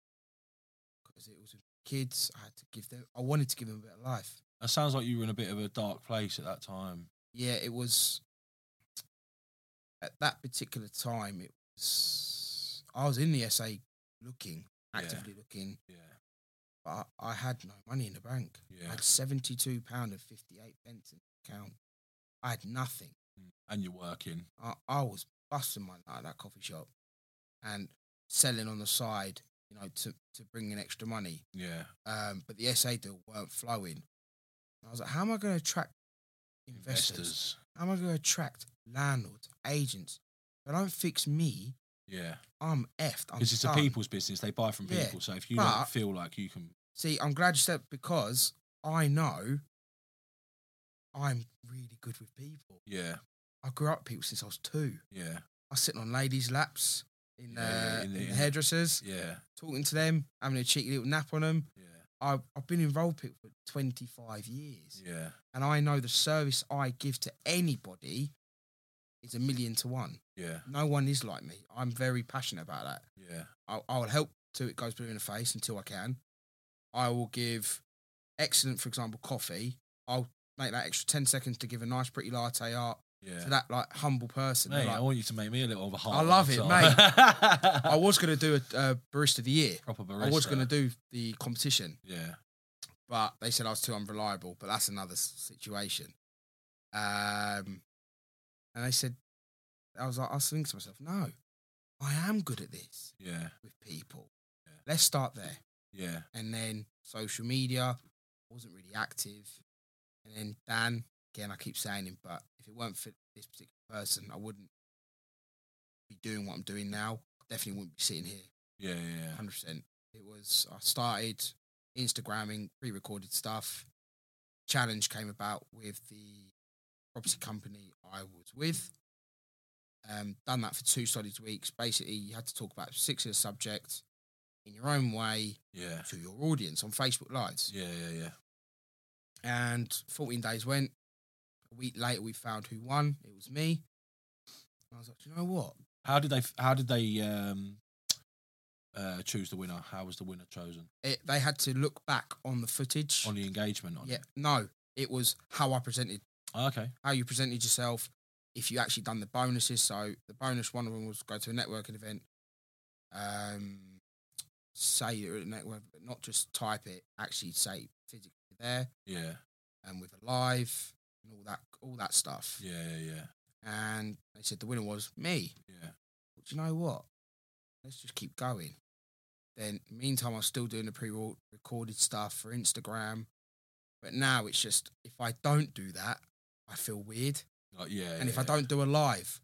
C: Because it was with kids. I had to give them, I wanted to give them a better life.
B: That sounds like you were in a bit of a dark place at that time.
C: Yeah, it was at that particular time, it was, I was in the SA looking,
B: Yeah.
C: actively looking,
B: Yeah.
C: but I, I had no money in the bank. I
B: Yeah.
C: had seventy-two pound and fifty-eight pence in the account. I had nothing.
B: Mm. And you're working.
C: I, I was busting my nut at that coffee shop and selling on the side, you know, to, to bring in extra money.
B: Yeah.
C: Um, but the SA deal weren't flowing. I was like, how am I going to attract investors?
B: Investors.
C: How am I going to attract landlords, agents? If I don't fix me,
B: Yeah.
C: I'm effed. I'm
B: Because it's a
C: done.
B: people's business. They buy from
C: Yeah,
B: people. So if you
C: but-
B: don't feel like you can.
C: See, I'm glad you said because I know I'm really good with people.
B: Yeah.
C: I grew up with people since I was two.
B: Yeah.
C: I was sitting on ladies' laps in,
B: Yeah,
C: uh,
B: yeah, in
C: in,
B: the-
C: the,
B: in the-
C: hairdressers,
B: Yeah.
C: talking to them, having a cheeky little nap on them.
B: Yeah.
C: I, I've been involved with people for 25 years,
B: Yeah.
C: and I know the service I give to anybody is a million to one.
B: Yeah.
C: No one is like me. I'm very passionate about that.
B: Yeah.
C: I, I will help till it goes blue in the face until I can. I will give excellent, for example, coffee. I'll make that extra 10 seconds to give a nice, pretty latte art
B: Yeah.
C: to that like humble person. They're
B: Mate,
C: like-
B: I want you to make me a little of a heart.
C: I love it, mate. I
B: I
C: was going to do a uh, barista of the year.
B: proper
C: I was
B: barista.
C: going to do the competition,
B: Yeah.
C: but they said I was too unreliable. But that's another s- situation. Um, and they said, I was like, I was thinking to myself, no, I am good at this
B: Yeah.
C: with people.
B: Yeah.
C: Let's start there.
B: Yeah.
C: And then social media wasn't really active. And then Dan, again, I keep saying him, but if it weren't for this particular person, I wouldn't be doing what I'm doing now. Definitely wouldn't be sitting here
B: Yeah. Yeah.
C: hundred percent. It was I started Instagramming pre-recorded stuff. Challenge came about with the property company I was with. Um, done that for two solid weeks. Basically, you had to talk about six of the subjects in your own way
B: Yeah.
C: to your audience on Facebook Lives.
B: Yeah. Yeah. Yeah.
C: And fourteen days went. A week later, we found who won. It was me. I was like, Do you know what?
B: How did they? How did they um, uh, choose the winner? How was the winner chosen?
C: It, they had to look back on the footage.
B: On the engagement. On
C: yeah, no, it was how I presented
B: Oh, okay.
C: how you presented yourself, if you actually done the bonuses. So the bonus one of them was go to a networking event, um, say you're at a network, but not just type it. Actually, say physically there
B: Yeah.
C: and with a live and all that, all that stuff.
B: Yeah. Yeah. Yeah.
C: And they said the winner was me.
B: Yeah.
C: But do you know what? Let's just keep going. Then, meantime, I was still doing the pre-recorded stuff for Instagram, but now it's just if I don't do that, I feel weird.
B: Like, yeah.
C: And if
B: yeah.
C: I don't do a live,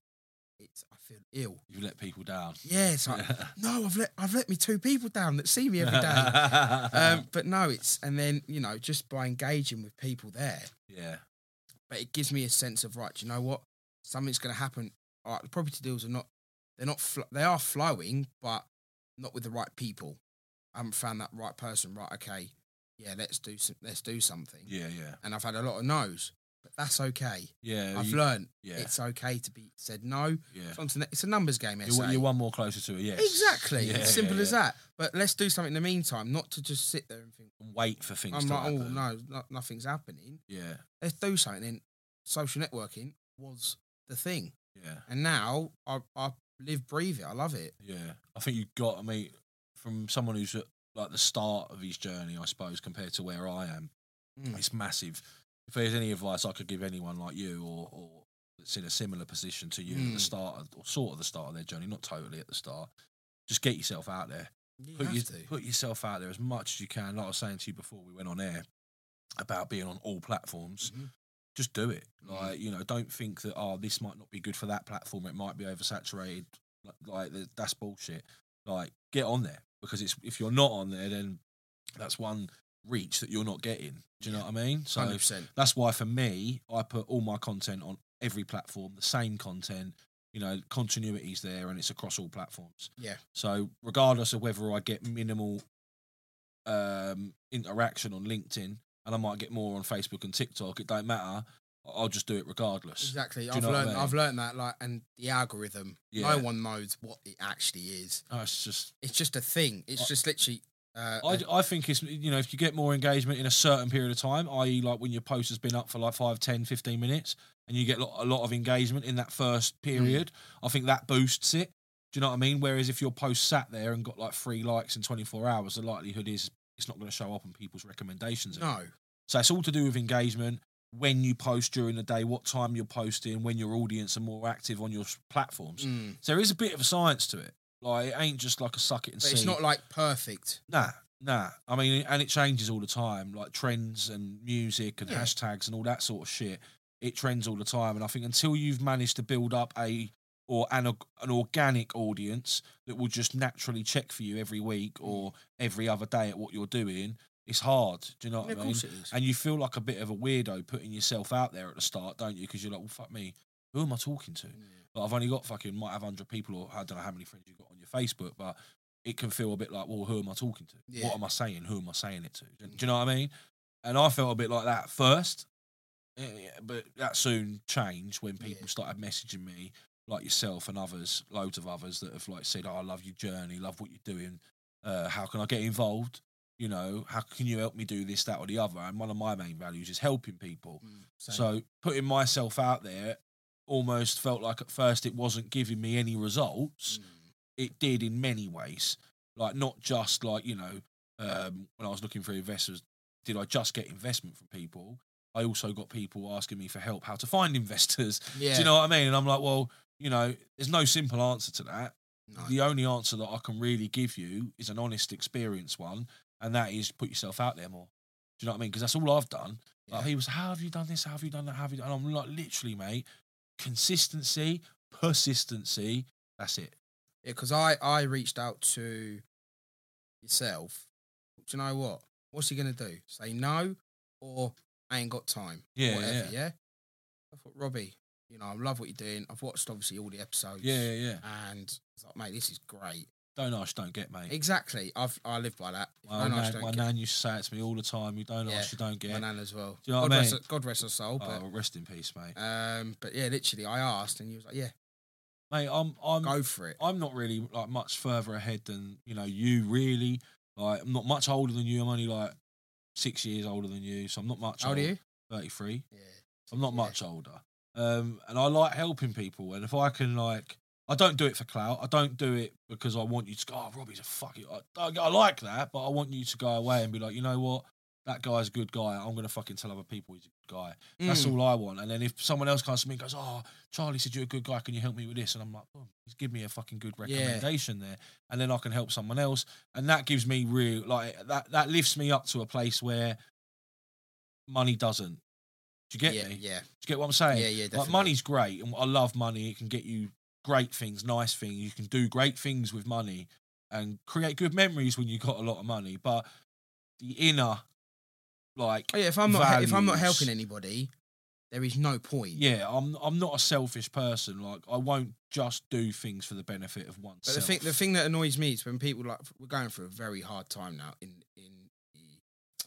C: it's I feel ill.
B: you've let people down.
C: Yeah, it's like no, I've let I've let me two people down that see me every day. um, but no, it's and then you know just by engaging with people there,
B: yeah.
C: but it gives me a sense of right. do You know what? Something's going to happen. All right, the property deals are not they're not fl- they are flowing, but not with the right people. I haven't found that right person. Right, okay, yeah, let's do some, let's do something.
B: Yeah. Yeah.
C: And I've had a lot of no's, but that's okay.
B: Yeah.
C: I've
B: you-
C: learned
B: yeah.
C: it's okay to be said no.
B: yeah.
C: It's, on to ne- it's a numbers game essay.
B: You're, you're one more closer to it. Yes.
C: Exactly.
B: Yeah,
C: it's simple
B: yeah,
C: as
B: yeah.
C: that. But let's do something in the meantime, not to just sit there and think,
B: And wait for things
C: I'm
B: to
C: like, oh,
B: happen.
C: no, no, nothing's happening.
B: Yeah.
C: Let's do something. And social networking was the thing.
B: Yeah.
C: And now I, I live, breathe it. I love it.
B: Yeah, I think you've got. I mean, from someone who's at like the start of his journey, I suppose, compared to where I am,
C: Mm.
B: it's massive. If there's any advice I could give anyone like you, or or that's in a similar position to you at the
C: Mm.
B: start, of, or sort of the start of their journey, not totally at the start, just get yourself out there.
C: You
B: Put,
C: have
B: your,
C: to.
B: put yourself out there as much as you can. Like I was saying to you before we went on air about being on all platforms.
C: Mhm.
B: Just do it.
C: Mhm.
B: Like you know, don't think that oh, this might not be good for that platform. It might be oversaturated. Like, like th- that's bullshit. Like get on there because it's if you're not on there, then that's one reach that you're not getting. Do you know what I mean? So
C: 100%.
B: that's why for me, I put all my content on every platform, the same content. You know, continuity's there, and it's across all platforms.
C: Yeah.
B: So regardless of whether I get minimal um, interaction on LinkedIn, and I might get more on Facebook and TikTok. It don't matter. I- I'll just do it regardless.
C: Exactly.
B: you
C: I've
B: know what I
C: learned
B: mean?
C: I've learned that like and the algorithm.
B: Yeah.
C: No one knows what it actually is.
B: Oh, it's just.
C: It's just a thing. It's
B: I-
C: just literally uh,
B: I,
C: a-
B: I think it's you know if you get more engagement in a certain period of time i.e like when your post has been up for like 5 10 15 minutes and you get lo- a lot of engagement in that first period
C: Hmm.
B: i think that boosts it do you know what i mean whereas if your post sat there and got like three likes in 24 hours the likelihood is it's not going to show up on people's recommendations
C: no.
B: So it's all to do with engagement, when you post during the day, what time you're posting, when your audience are more active on your s- platforms.
C: Mm.
B: So there is a bit of a science to it. Like it ain't just like a suck it and
C: But
B: see.
C: it's not like perfect.
B: nah, nah. I mean, and it changes all the time, like trends and music and
C: Yeah.
B: hashtags and all that sort of shit. It trends all the time, and I think until you've managed to build up a or an, org- an organic audience that will just naturally check for you every week
C: Mm.
B: or every other day at what you're doing, it's hard. Do you know what I
C: Yeah, of
B: mean?
C: course it is.
B: And you feel like a bit of a weirdo putting yourself out there at the start, don't you? Because you're like, well, fuck me. Who am I talking to? Like, I've only got fucking, might have 100 people, or I don't know how many friends you've got on your Facebook, but it can feel a bit like, well, who am I talking to?
C: Yeah.
B: What am I saying? Who am I saying it to? Do, do you know what I mean? And I felt a bit like that at first, eh, yeah, but that soon changed when people
C: Yeah.
B: started messaging me, like yourself and others, loads of others that have like said, oh, I love your journey, love what you're doing. Uh, how can I get involved? you know, how can you help me do this, that, or the other? And one of my main values is helping people.
C: Mm.
B: So putting myself out there almost felt like at first it wasn't giving me any results.
C: Mm.
B: It did in many ways, like not just like, you know, um, when I was looking for investors, did I just get investment from people? I also got people asking me for help how to find investors.
C: yeah.
B: Do you know what I mean? And I'm like, well, you know, there's no simple answer to that
C: No.
B: the only answer that I can really give you is an honest experience one, and that is put yourself out there more. Do you know what I mean? Because that's all I've done. Like
C: Yeah.
B: he was, how have you done this? How have you done that? How have you done? And I'm like, literally, mate, consistency, persistency. That's it.
C: Yeah, because I I reached out to yourself. Do you know what? What's he gonna do? Say no or I ain't got time.
B: Yeah,
C: whatever,
B: yeah.
C: I thought Robbie, you know, I love what you're doing. I've watched obviously all the episodes.
B: Yeah, yeah, yeah.
C: And I was like, mate, this is great.
B: Don't ask, don't get, mate.
C: Exactly. I've I live by that. If
B: My,
C: I know I
B: nan,
C: don't
B: my
C: get-
B: nan used to say it to me all the time. You don't
C: Yeah,
B: ask, you don't
C: my
B: get.
C: nan as well.
B: Do you know
C: God,
B: what I
C: rest
B: mean?
C: her, God rest her soul. But
B: Oh, rest in peace, mate.
C: um, but yeah, literally, I asked and he was like, yeah,
B: Mate, I'm, I'm,
C: go for it.
B: I'm not really like much further ahead than you know you really. Like I'm not much older than you. I'm only like six years older than you, so I'm not much.
C: How old are you?
B: Thirty three.
C: Yeah.
B: I'm not
C: Yeah.
B: much older. Um, and I like helping people. And if I can like, I don't do it for clout. I don't do it because I want you to go. Oh, Robbie's a fucking. I, I like that, but I want you to go away and be like, you know what? That guy's a good guy. I'm gonna fucking tell other people he's a good guy. That's
C: Mm.
B: all I want. And then if someone else comes to me and goes, Oh, Charlie said you're a good guy. Can you help me with this? And I'm like, Boom, he's give me a fucking good
C: Yeah.
B: recommendation there. And then I can help someone else. And that gives me real, like, that, that lifts me up to a place where money doesn't. Do you get
C: yeah,
B: me?
C: yeah,
B: Do you get what I'm
C: yeah,
B: saying?
C: yeah, definitely.
B: Like money's great, and I love money. It can get you great things, nice things. You can do great things with money, and create good memories when you got a lot of money. But the inner, like,
C: Oh, yeah, if I'm not if I'm not
B: values.
C: helping anybody, there is no point.
B: yeah, I'm I'm not a selfish person. Like, I won't just do things for the benefit of
C: But
B: oneself.
C: the thing the thing that annoys me is when people like we're going through a very hard time now in in the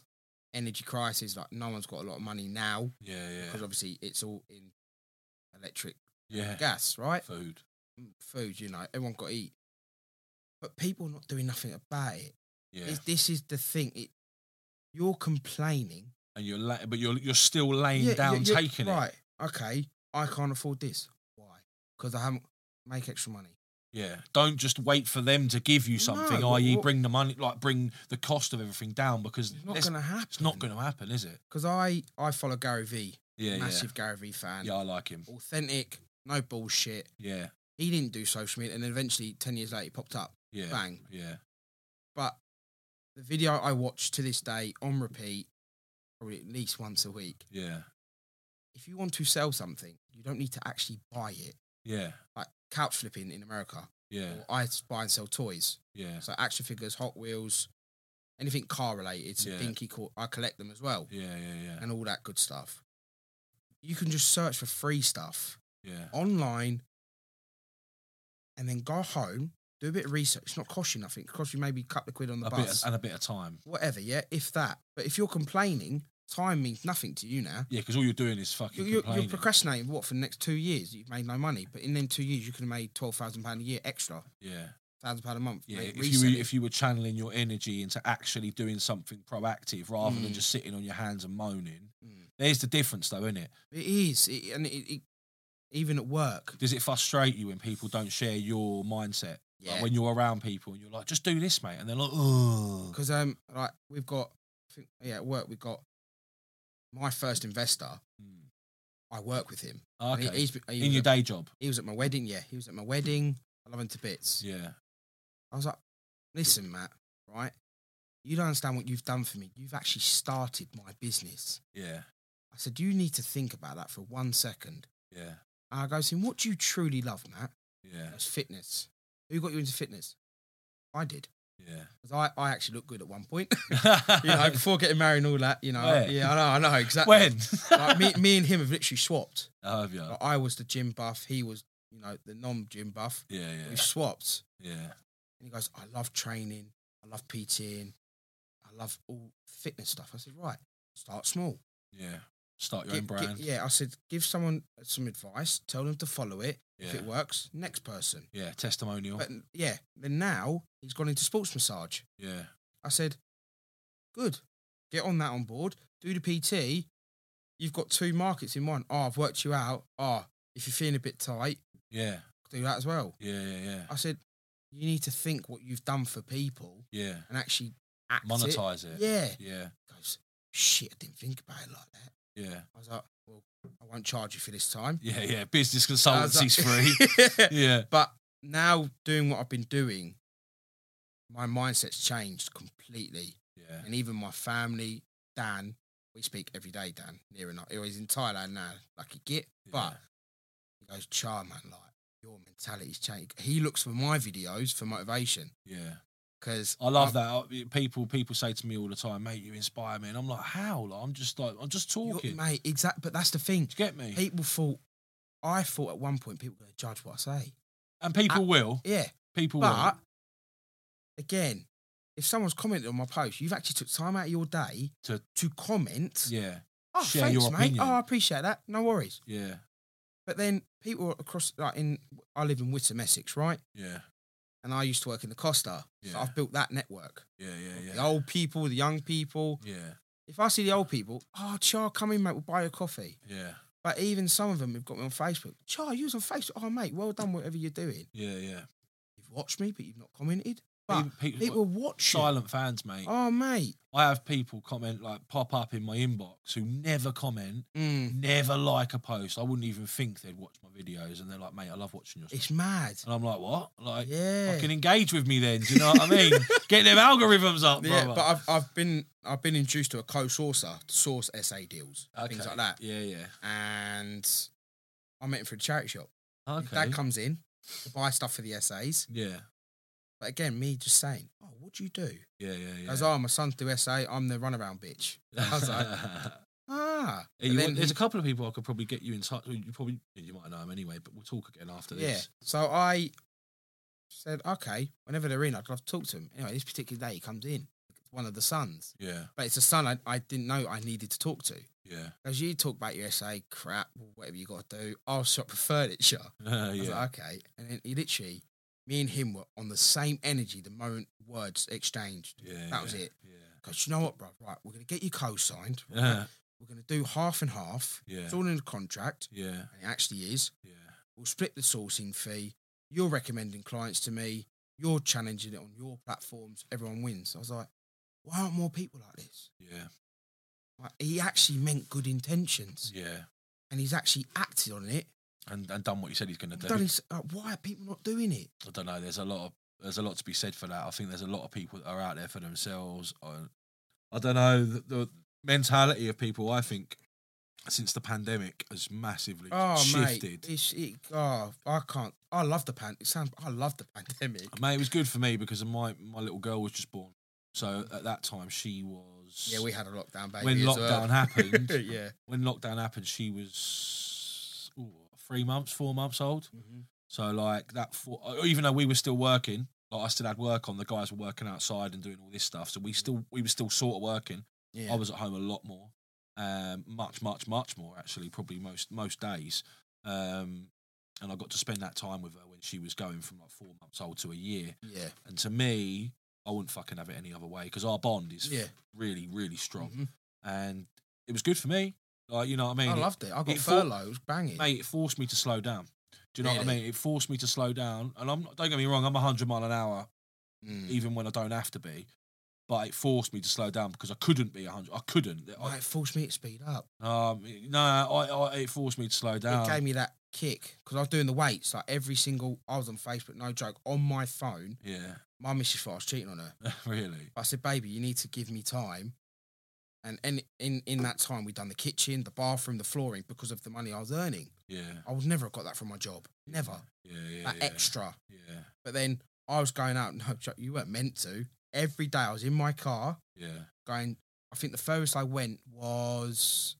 C: energy crisis. Like no one's got a lot of money now
B: yeah,
C: because obviously it's all in electric
B: yeah, yeah,
C: gas, right?
B: food.
C: Food, you know, everyone got to eat. But people not doing nothing about it.
B: Yeah,
C: This This is the thing. It, you're complaining.
B: and you're la- but you're you're still laying
C: Yeah,
B: down,
C: yeah, yeah,
B: taking it.
C: right. Okay, I can't afford this. Why? Because I haven't make extra money.
B: Yeah, don't just wait for them to give you something,
C: No,
B: i.e.,
C: what-
B: bring the money, like bring the cost of everything down, because
C: It's not
B: let's-
C: going to happen.
B: It's not going to happen, is it?
C: because I I follow Gary V,
B: Yeah,
C: massive Gary V fan,
B: yeah. Yeah, I like him.
C: authentic, no bullshit.
B: Yeah,
C: He didn't do social media, and then eventually, ten years later, he popped up,
B: yeah,
C: bang.
B: yeah,
C: But the video I watch to this day on repeat, probably at least once a week.
B: yeah,
C: If you want to sell something, you don't need to actually buy it.
B: yeah,
C: Like couch flipping in America,
B: yeah,
C: or I buy and sell toys,
B: yeah,
C: so action figures, Hot Wheels, anything car related.
B: Yeah.
C: Dinky, cor- I collect them as well,
B: yeah, yeah,
C: and all that good stuff. You can just search for free stuff.
B: yeah, yeah,
C: online and then go home, Do a bit of research. It's not cost you nothing. It costs you maybe a couple of quid on the
B: a bit
C: bus.
B: and a bit of time.
C: Whatever, yeah, if that. But if you're complaining, time means nothing to you now.
B: Yeah, because all you're doing is fucking
C: You're, you're, you're
B: complaining.
C: procrastinating, what, for the next two years? You've made no money. But in them two years, you could have made £12,000 a year extra,
B: yeah,
C: £1,000 a month.
B: yeah.
C: mate,
B: If you, were,
C: recently.
B: if you were channeling your energy into actually doing something proactive rather than
C: Mm.
B: just sitting on your hands and moaning,
C: Mm.
B: there's the difference, though, isn't it?
C: It is. It, and it, it, even at work.
B: Does it frustrate you when people don't share your mindset? Like,
C: Yeah.
B: when you're around people and you're like, just do this, mate, and they're like, oh,
C: Because um, like we've got, I think, yeah, at work we've got my first investor. I work with him. And
B: Mm. okay.
C: He, he's, he,
B: In
C: was
B: your
C: at,
B: day job,
C: he was at my wedding. Yeah, he was at my wedding. I love him to bits.
B: yeah,
C: I was like, listen, Matt, right? You don't understand what you've done for me. You've actually started my business.
B: yeah,
C: I said, you need to think about that for one second.
B: yeah,
C: And I go to him, what do you truly love, Matt?
B: yeah,
C: That's fitness. Who got you into fitness? I did.
B: yeah.
C: 'Cause I, I actually looked good at one point. you know, before getting married and all that, you know.
B: Where?
C: Yeah, I know, I know, exactly.
B: when?
C: like me, me and him have literally swapped.
B: Oh, have you?
C: Like, I was the gym buff. He was, you know, the non-gym buff.
B: Yeah,
C: we
B: yeah,
C: swapped.
B: yeah,
C: And he goes, I love training. I love PTing. I love all fitness stuff. I said, right, start small.
B: yeah. Start your own
C: Gi- gi-
B: brand.
C: yeah, I said, give someone some advice. Tell them to follow it. If
B: Yeah.
C: it works, next person.
B: Yeah, testimonial.
C: But yeah, then now he's gone into sports massage.
B: Yeah,
C: I said, good, get on that on board, do the PT. You've got two markets in one. Oh, I've worked you out. Oh, if you're feeling a bit tight,
B: yeah,
C: do that as well.
B: yeah, yeah, yeah,
C: I said, you need to think what you've done for people
B: yeah.
C: and actually act it."
B: Monetize it.
C: Yeah.
B: Yeah,
C: He Goes, shit, I didn't think about it like that.
B: yeah,
C: I was like, well, I won't charge you for this time.
B: yeah, yeah. Business
C: I was like-
B: consultancy's free. Yeah,
C: But now doing what I've been doing, my mindset's changed completely.
B: yeah,
C: and even my family, Dan, we speak every day, Dan, near enough. He's in Thailand now, like a git. But
B: Yeah.
C: he goes, Char, man, like, your mentality's changed. He looks for my videos for motivation
B: yeah.
C: because
B: I love that. People, people say to me all the time, "Mate, you inspire me," and I'm like, "How?" Like, I'm just like, I'm just
C: you're-
B: talking. Do
C: Mate, exact. But that's the thing.
B: you get me?
C: People thought, I thought at one point people were going to judge what I say.
B: and people
C: I-
B: will.
C: Yeah.
B: People
C: But
B: will
C: again, if someone's commented on my post, you've actually took time out of your day
B: To-
C: to comment.
B: Yeah,
C: Oh,
B: share
C: thanks,
B: your
C: mate.
B: opinion.
C: Oh, I appreciate that. No worries.
B: yeah,
C: But then people across, like in, I live in Witham, Essex, right?
B: yeah,
C: And I used to work in the Costa. So
B: Yeah.
C: I've built that network.
B: yeah, yeah, Mm.
C: The
B: yeah,
C: old people, the young people.
B: yeah,
C: If I see the old people, oh, Char, come in, mate, we'll buy you a coffee.
B: yeah,
C: But even some of them have got me on Facebook. Char, you was on Facebook. Oh, mate, well done, whatever you're doing.
B: yeah, yeah.
C: You've watched me, but you've not commented. But
B: Even people-
C: people watch you.
B: Silent fans, mate.
C: Oh, mate.
B: I have people comment like pop up in my inbox who never comment,
C: Mm,
B: never like a post. I wouldn't even think they'd watch my videos, and they're like, "Mate, I love watching your." Stuff.
C: it's mad.
B: And I'm like, "What? Like,
C: Yeah.
B: fucking engage with me then? Do you know what I mean? Get them algorithms up,
C: Yeah,
B: brother.
C: but I've, I've been I've been introduced to a co-sourcer to source SA deals, things
B: Okay.
C: like that,
B: Yeah, yeah.
C: and I met him for a charity shop.
B: Okay.
C: Dad comes in to buy stuff for the essays.
B: yeah,
C: But again, me just saying, oh, what do you do?
B: yeah, yeah, yeah.
C: As oh, my sons do SA, I'm the runaround bitch. I was like, ah.
B: Yeah,
C: But
B: you
C: then
B: want- there's
C: he-
B: a couple of people I could probably get you in touch. with. You probably you might know them anyway, but we'll talk again after
C: yeah.
B: this.
C: So I said, okay, whenever they're in, I'd love to talk to him. Anyway, this particular day he comes in, it's one of the sons.
B: Yeah,
C: But it's a son I, I didn't know I needed to talk to.
B: yeah,
C: As you talk about your SA crap, whatever you got to do, I'll shop for furniture.
B: Uh,
C: I was
B: yeah,
C: like, okay. And then he literally, me and him were on the same energy the moment words exchanged.
B: yeah.
C: that was
B: yeah,
C: it. Goes, you know what, bro? Right, we're gonna get you co-signed. right?
B: Yeah,
C: We're gonna do half and half.
B: Uh-huh. yeah,
C: It's all in the contract,
B: yeah,
C: and it actually is.
B: yeah.
C: We'll split the sourcing fee. You're recommending clients to me. You're challenging it on your platforms. Everyone wins. I was like, why aren't more people like this?
B: Yeah,
C: Like, he actually meant good intentions,
B: yeah,
C: and he's actually acted on it.
B: and and done what he said he's going to do.
C: Done his, like, why are people not doing it?
B: I don't know. There's a lot of there's a lot to be said for that. I think there's a lot of people that are out there for themselves. I, I don't know the, the mentality of people. I think since the pandemic has massively
C: Oh,
B: shifted.
C: mate, it's, it, oh, I can't. I love the pan. It sounds. I love the pandemic.
B: Mate, it was good for me because my my little girl was just born. So at that time, she was
C: Yeah, we had a lockdown, baby.
B: when
C: as
B: lockdown
C: well.
B: happened.
C: yeah.
B: When lockdown happened, she was ooh, three months, four months old. So like that, for, even though we were still working, like I still had work on. The guys were working outside and doing all this stuff. So we still we were still sort of working.
C: Mm. Yeah.
B: I was at home a lot more, um, much much much more actually, probably most most days. Um, and I got to spend that time with her when she was going from like four months old to a year.
C: yeah.
B: And to me, I wouldn't fucking have it any other way because our bond is
C: Yeah.
B: really really strong,
C: Mhm.
B: and it was good for me. Like you know what I mean?
C: I
B: It-
C: loved it. I got
B: it for-
C: furlough. It was banging.
B: mate, it forced me to slow down. Do you know what I
C: Really?
B: mean? It forced me to slow down, and I'm not- don't get me wrong, I'm 100 mile an hour
C: Mm.
B: even when I don't have to be, but it forced me to slow down because I couldn't be 100. I couldn't.
C: Mate,
B: I,
C: it forced me to speed up.
B: um, no, I, I, it forced me to slow down.
C: It gave me that kick because I was doing the weights like every single. I was on Facebook, no joke, on my phone.
B: yeah,
C: My missus thought I was cheating on her.
B: really.
C: But I said, baby, you need to give me time. And and in in that time, we done the kitchen, the bathroom, the flooring because of the money I was earning.
B: Yeah,
C: I would never have got that from my job, never.
B: yeah, yeah.
C: That
B: yeah,
C: extra.
B: Yeah,
C: But then I was going out. No joke, you weren't meant to. Every day I was in my car
B: yeah,
C: going. I think the furthest I went was.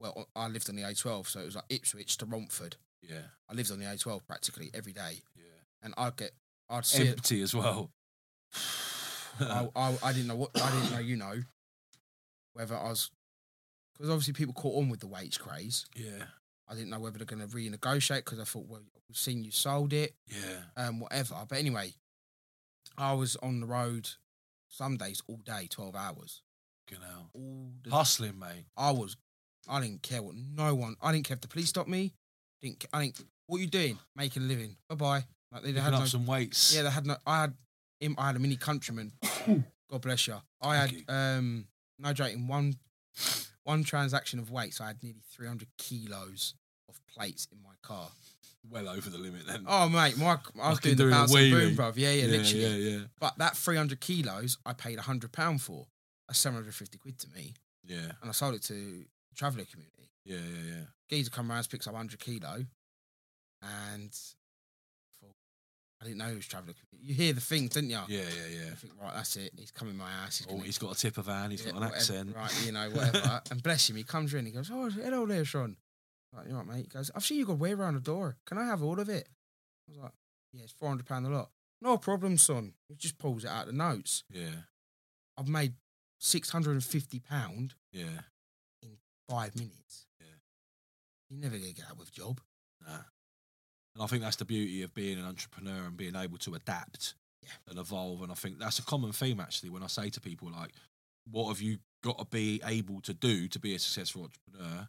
C: Well, I lived on the A12, so it was like Ipswich to Romford.
B: yeah,
C: I lived on the A12 practically every day,
B: yeah.
C: and I'd get, I'd see, it.
B: Empty as well.
C: I, I, I didn't know what, I didn't know, you know, whether I was, because obviously people caught on with the weights craze.
B: yeah,
C: I didn't know whether they're going to renegotiate because I thought, well, we've seen you sold it,
B: yeah,
C: um, whatever. But anyway, I was on the road some days all day, 12 hours.
B: you know.
C: All the,
B: Hustling, mate.
C: I was, I didn't care what no one, I didn't care if the police stopped me. Didn't, ca- I didn't, what you doing? Making a living. Bye bye. Like they
B: Picking
C: had
B: up
C: no
B: some weights.
C: Yeah, they had no. I had him. I had a mini countryman. God bless you. I had
B: Thank
C: um no joke in one one transaction of weights. I had nearly three hundred kilos of plates in my car.
B: Well over the limit then.
C: Oh mate, my I was
B: Fucking
C: doing
B: doing
C: the
B: a
C: bounce and boom,
B: wheelie.
C: bruv. Yeah, yeah, literally.
B: yeah, yeah,
C: But that three hundred kilos, I paid hundred pound for. That's seven hundred fifty quid to me,
B: yeah,
C: and I sold it to the traveller community.
B: yeah, yeah, yeah.
C: Geezer come round, picks up hundred kilo, and thought- I didn't know it was traveller community. You hear the things, didn't you?
B: Yeah, yeah, yeah.
C: I think, right, that's it. He's coming my ass. Ah. He's
B: Oh,
C: gonna-
B: he's got a tipper van. He's
C: yeah,
B: got an
C: whatever,
B: accent.
C: Right, you know, whatever. and bless him, he comes in, he goes, Oh, hello there, Sean. I'm Like, you know what, mate? He goes, I've seen you got way around the door. Can I have all of it? I was like, Yeah, it's four hundred pound a lot. No problem, son. He just pulls it out of the notes.
B: Yeah,
C: I've made six hundred and fifty pound
B: yeah.
C: five minutes.
B: Yeah.
C: You're never gonna get out with a job.
B: Nah. And I think that's the beauty of being an entrepreneur and being able to adapt
C: Yeah.
B: and evolve. And I think that's a common theme actually when I say to people like, "What have you got to be able to do to be a successful entrepreneur?"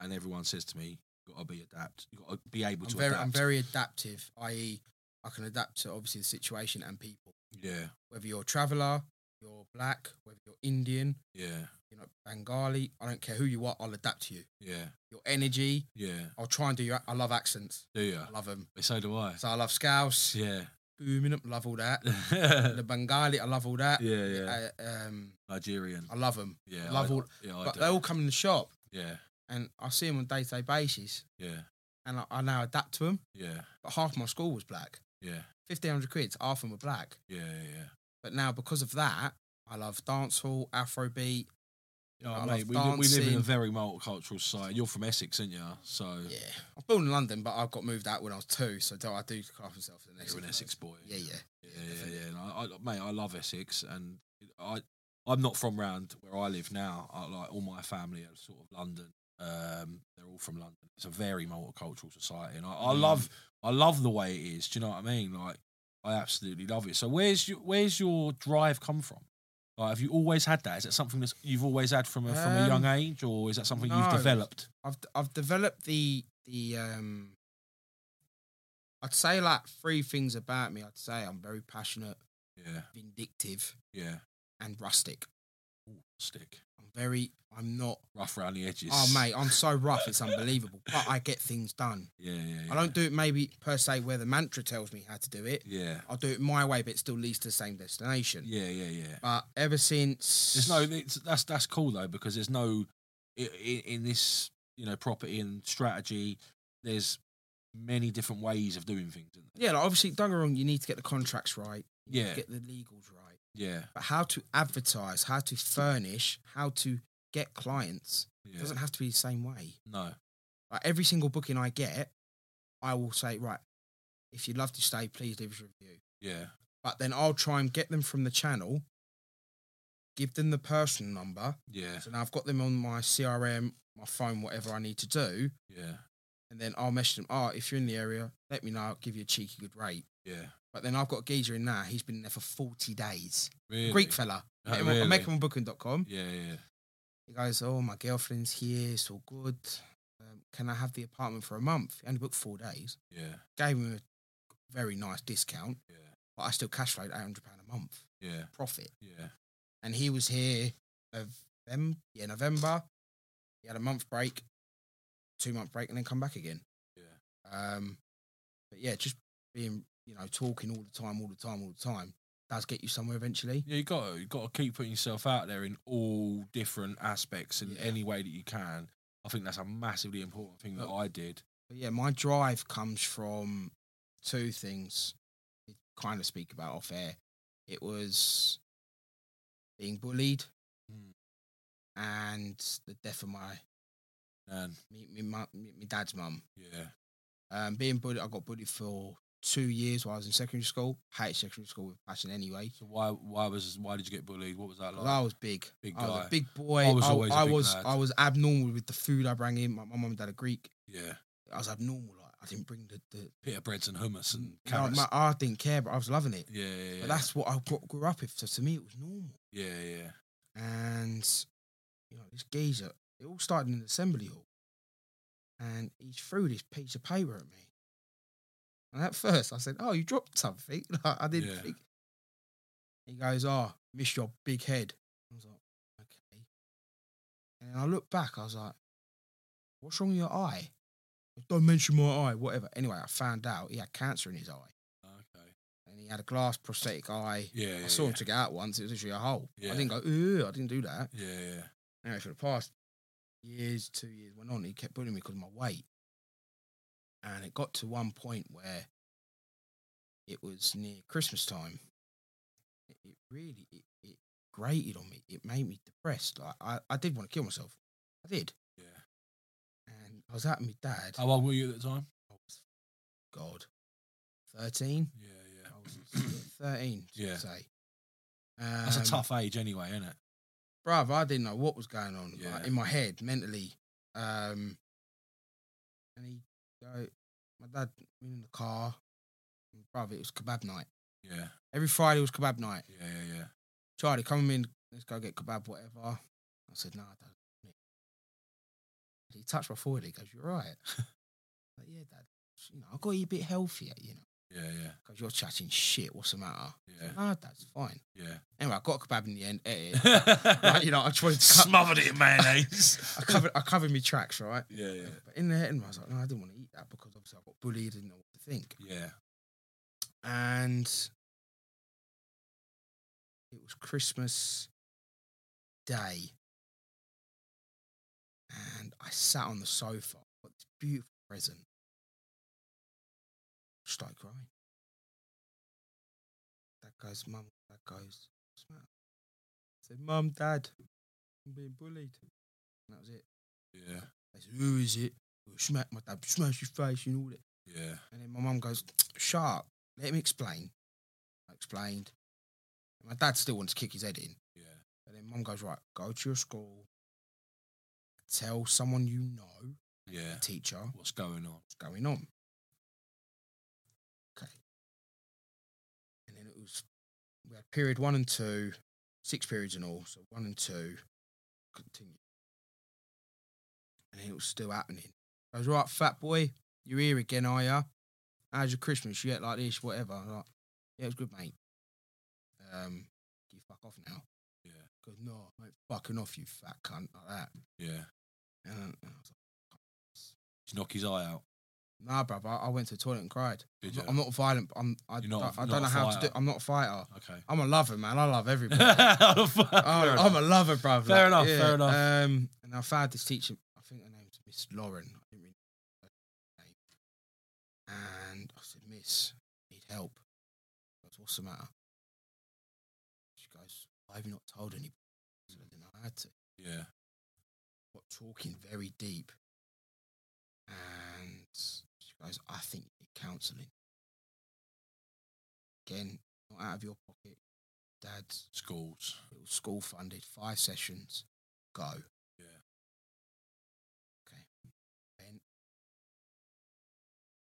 B: And everyone says to me, "Got to be adapt. You got to be able
C: I'm
B: to
C: very
B: adapt."
C: I'm very adaptive, i.e. I can adapt to obviously the situation and people.
B: yeah,
C: Whether you're a traveller, you're black, whether you're Indian,
B: yeah,
C: you know, Bengali. I don't care who you are. I'll adapt to you.
B: yeah,
C: Your energy.
B: yeah.
C: I'll try and do your. I love accents.
B: Do you?
C: I love them.
B: So do I.
C: So I love Scouse.
B: Yeah,
C: Booming up. Love all that.
B: yeah,
C: the Bengali. I love all that.
B: yeah.
C: I, um,
B: Nigerian.
C: I love them.
B: Yeah,
C: love
B: I,
C: all-
B: Yeah, I
C: But
B: do.
C: they all come in the shop,
B: yeah,
C: and I see them on a day to day basis,
B: yeah,
C: and I, I now adapt to them.
B: yeah,
C: But half my school was black.
B: yeah,
C: Fifteen hundred kids. Half of them were black.
B: yeah, yeah.
C: But now because of that, I love dancehall, Afrobeat.
B: Oh,
C: I
B: mate,
C: love
B: we, li- we live in a
C: dancing.
B: very multicultural society. You're from Essex, aren't you? So
C: Yeah, I'm born in London, but I got moved out when I was two, so do- I do class myself as an Essex.
B: you're an Essex boy.
C: Yeah, yeah.
B: yeah, yeah. yeah. And I, I, mate, I love Essex, and I, I'm not from round where I live now. I, like all my family are sort of London. Um, they're all from London. It's a very multicultural society, and I, I
C: Mm.
B: love, I love the way it is. Do you know what I mean? Like, I absolutely love it. So, where's your, where's your drive come from? Like, have you always had that? Is it something that you've always had from a, from a young
C: Um,
B: age, or is that something
C: no.
B: you've developed?
C: I've I've developed the the um I'd say like three things about me. I'd say I'm very passionate,
B: Yeah,
C: vindictive,
B: yeah.
C: and rustic.
B: Ooh, stick.
C: I'm very I'm not
B: rough around the edges.
C: Oh mate, I'm so rough, it's unbelievable. But I get things done.
B: Yeah, yeah, yeah.
C: I don't do it maybe per se where the mantra tells me how to do it.
B: Yeah,
C: I'll do it my way, but it still leads to the same destination.
B: yeah, yeah, yeah.
C: But ever since
B: There's no. It's, that's that's cool though because there's no in, in this you know property and strategy. There's many different ways of doing things. Isn't there?
C: Yeah, like obviously don't get me wrong, you need to get the contracts right, you
B: Yeah.
C: need to get the legals right.
B: Yeah,
C: But how to advertise, how to furnish, how to get clients
B: yeah.
C: doesn't have to be the same way.
B: No.
C: Like every single booking I get, I will say, right, if you'd love to stay, please leave us a review.
B: Yeah.
C: But then I'll try and get them from the channel, give them the personal number.
B: Yeah.
C: So now I've got them on my CRM, my phone, whatever I need to do.
B: Yeah.
C: And then I'll message them, oh, if you're in the area, let me know. I'll give you a cheeky good rate.
B: Yeah.
C: But then I've got a geezer in there. He's been there for 40 days.
B: Really?
C: Greek fella.
B: Oh,
C: Met him on- I met
B: really?
C: him on booking.com.
B: Yeah. Yeah.
C: He goes, oh, my girlfriend's here. It's all good. Um, can I have the apartment for a month? He only booked four days.
B: Yeah.
C: Gave him a very nice discount,
B: Yeah.
C: but I still cash flowed £800 a month
B: Yeah.
C: profit.
B: Yeah.
C: and he was here November, yeah, November. He had a month break, two month break, and then come back again.
B: Yeah.
C: Um, but yeah, just being you know talking all the time, all the time, all the time does get you somewhere eventually.
B: Yeah, you got you got to keep putting yourself out there in all different aspects in
C: Yeah.
B: any way that you can. I think that's a massively important thing that I did.
C: But yeah, my drive comes from two things. We kind of speak about off air. It was being bullied
B: Hmm.
C: and the death of my
B: And
C: me, me, mu- me, me dad's mum.
B: yeah,
C: Um, being bullied, I got bullied for two years while I was in secondary school. Hated secondary school with passion anyway.
B: so why why was why did you get bullied? What was that
C: 'Cause
B: like?
C: I was big,
B: Big
C: I was
B: guy.
C: a big boy.
B: I was
C: I,
B: always a
C: I
B: big
C: was,
B: lad.
C: I was abnormal with the food I bring in. My my mum and dad are Greek.
B: yeah,
C: I was abnormal. Like I didn't bring the, the
B: pita breads and hummus and
C: no,
B: carrots.
C: my, I didn't care, but I was loving it.
B: yeah, yeah, yeah.
C: But that's what I got, grew up with. So to me, it was normal.
B: yeah, yeah,
C: And you know, this geezer, it all started in an assembly hall, and he threw this piece of paper at me. And at first, I said, "Oh, you dropped something." Like, I didn't
B: Yeah.
C: think. He goes, "Ah, miss your big head." I was like, "Okay." And I looked back. I was like, "What's wrong with your eye?" Don't mention my eye, whatever. Anyway, I found out he had cancer in his eye,
B: okay,
C: and he had a glass prosthetic eye.
B: yeah, yeah,
C: I saw
B: yeah.
C: him took it out once. It was literally a hole.
B: Yeah.
C: I didn't go, ooh, I didn't do that.
B: yeah, yeah,
C: Anyway, for the past years, two years went on, he kept bullying me because of my weight. And it got to one point where it was near Christmas time. It, it really, it, it grated on me. It made me depressed. Like, I, I did want to kill myself. I did.
B: yeah.
C: And I was out with my dad.
B: How old were you at the time?
C: I was, God, 13?
B: Yeah,
C: I was
B: yeah.
C: 13,
B: Yeah.
C: yeah. say. Um,
B: that's a tough age, anyway, isn't it?
C: bruv, I didn't know what was going on like,
B: Yeah.
C: in my head mentally. Um, and he, go, my dad, we were in the car, and bruv, it was kebab night.
B: Yeah,
C: Every Friday was kebab night.
B: yeah, yeah, yeah.
C: Charlie, come with me, let's go get kebab, whatever. I said, nah, dad. I don't want it." He touched my forehead, he goes, you're right. like, yeah, dad, you know, i got you a bit healthier, you know,
B: Yeah, yeah,
C: because you're chatting shit, what's the matter?
B: Yeah.
C: Nah, dad's fine.
B: yeah.
C: Anyway, I got a kebab in the end, ate it.
B: yeah.
C: Like, you know, I just wanted to cut-
B: Smothered it in mayonnaise.
C: I covered I covered my tracks, right?
B: yeah, yeah,
C: But in the head, and I was like, no, I didn't want to eat that because obviously I got bullied and didn't know what to think.
B: yeah.
C: And it was Christmas Day, and I sat on the sofa. Got this beautiful present. Started crying. That goes, mum. That goes. What's the matter? I said, mum, dad, I'm being bullied. And that was it.
B: Yeah,
C: I said, Who is it? Well, Smack my dad, smash your face and all that.
B: yeah,
C: And then my mum goes, Shut up, let me explain. I explained. And my dad still wanted to kick his head in.
B: yeah,
C: And then mum goes, Right, go to your school, tell someone you know,
B: yeah.
C: a teacher,
B: What's going on?
C: what's going on. Okay. And then it was, we had period one and two, six periods in all. So one and two continued. And it was still happening. I was right, fat boy, you're here again, are ya? How's your Christmas? You act like this, whatever. I'm like, yeah, it was good, mate. Um, you fuck off now.
B: Yeah.
C: Goes, no, I ain't fucking off, you fat cunt, like that.
B: Yeah.
C: And I was like,
B: Just knock his eye out.
C: Nah, bruv, I, I went to the toilet and cried.
B: Did
C: I'm not-
B: you?
C: I'm not violent. but I'm. I,
B: You're not
C: don't-
B: a-
C: I
B: not
C: don't know
B: a
C: how to do.
B: fighter.
C: I'm not a fighter.
B: Okay.
C: I'm a lover, man. I love everybody. I'm,
B: Oh, fuck. Fair
C: I'm a
B: enough.
C: lover, bruv.
B: Fair enough, fair enough.
C: Um, and I found this teacher. I think her name's Miss Lauren. I didn't really know her name. And I said, Miss, I need help. I goes, What's the matter? She goes, I've not told anybody. I said, I didn't know I had to
B: Yeah.
C: got talking very deep. And she Guys, I think you need counselling. Again, not out of your pocket. Dad's
B: Schools.
C: it was school funded, five sessions, go.
B: Yeah.
C: Okay. Then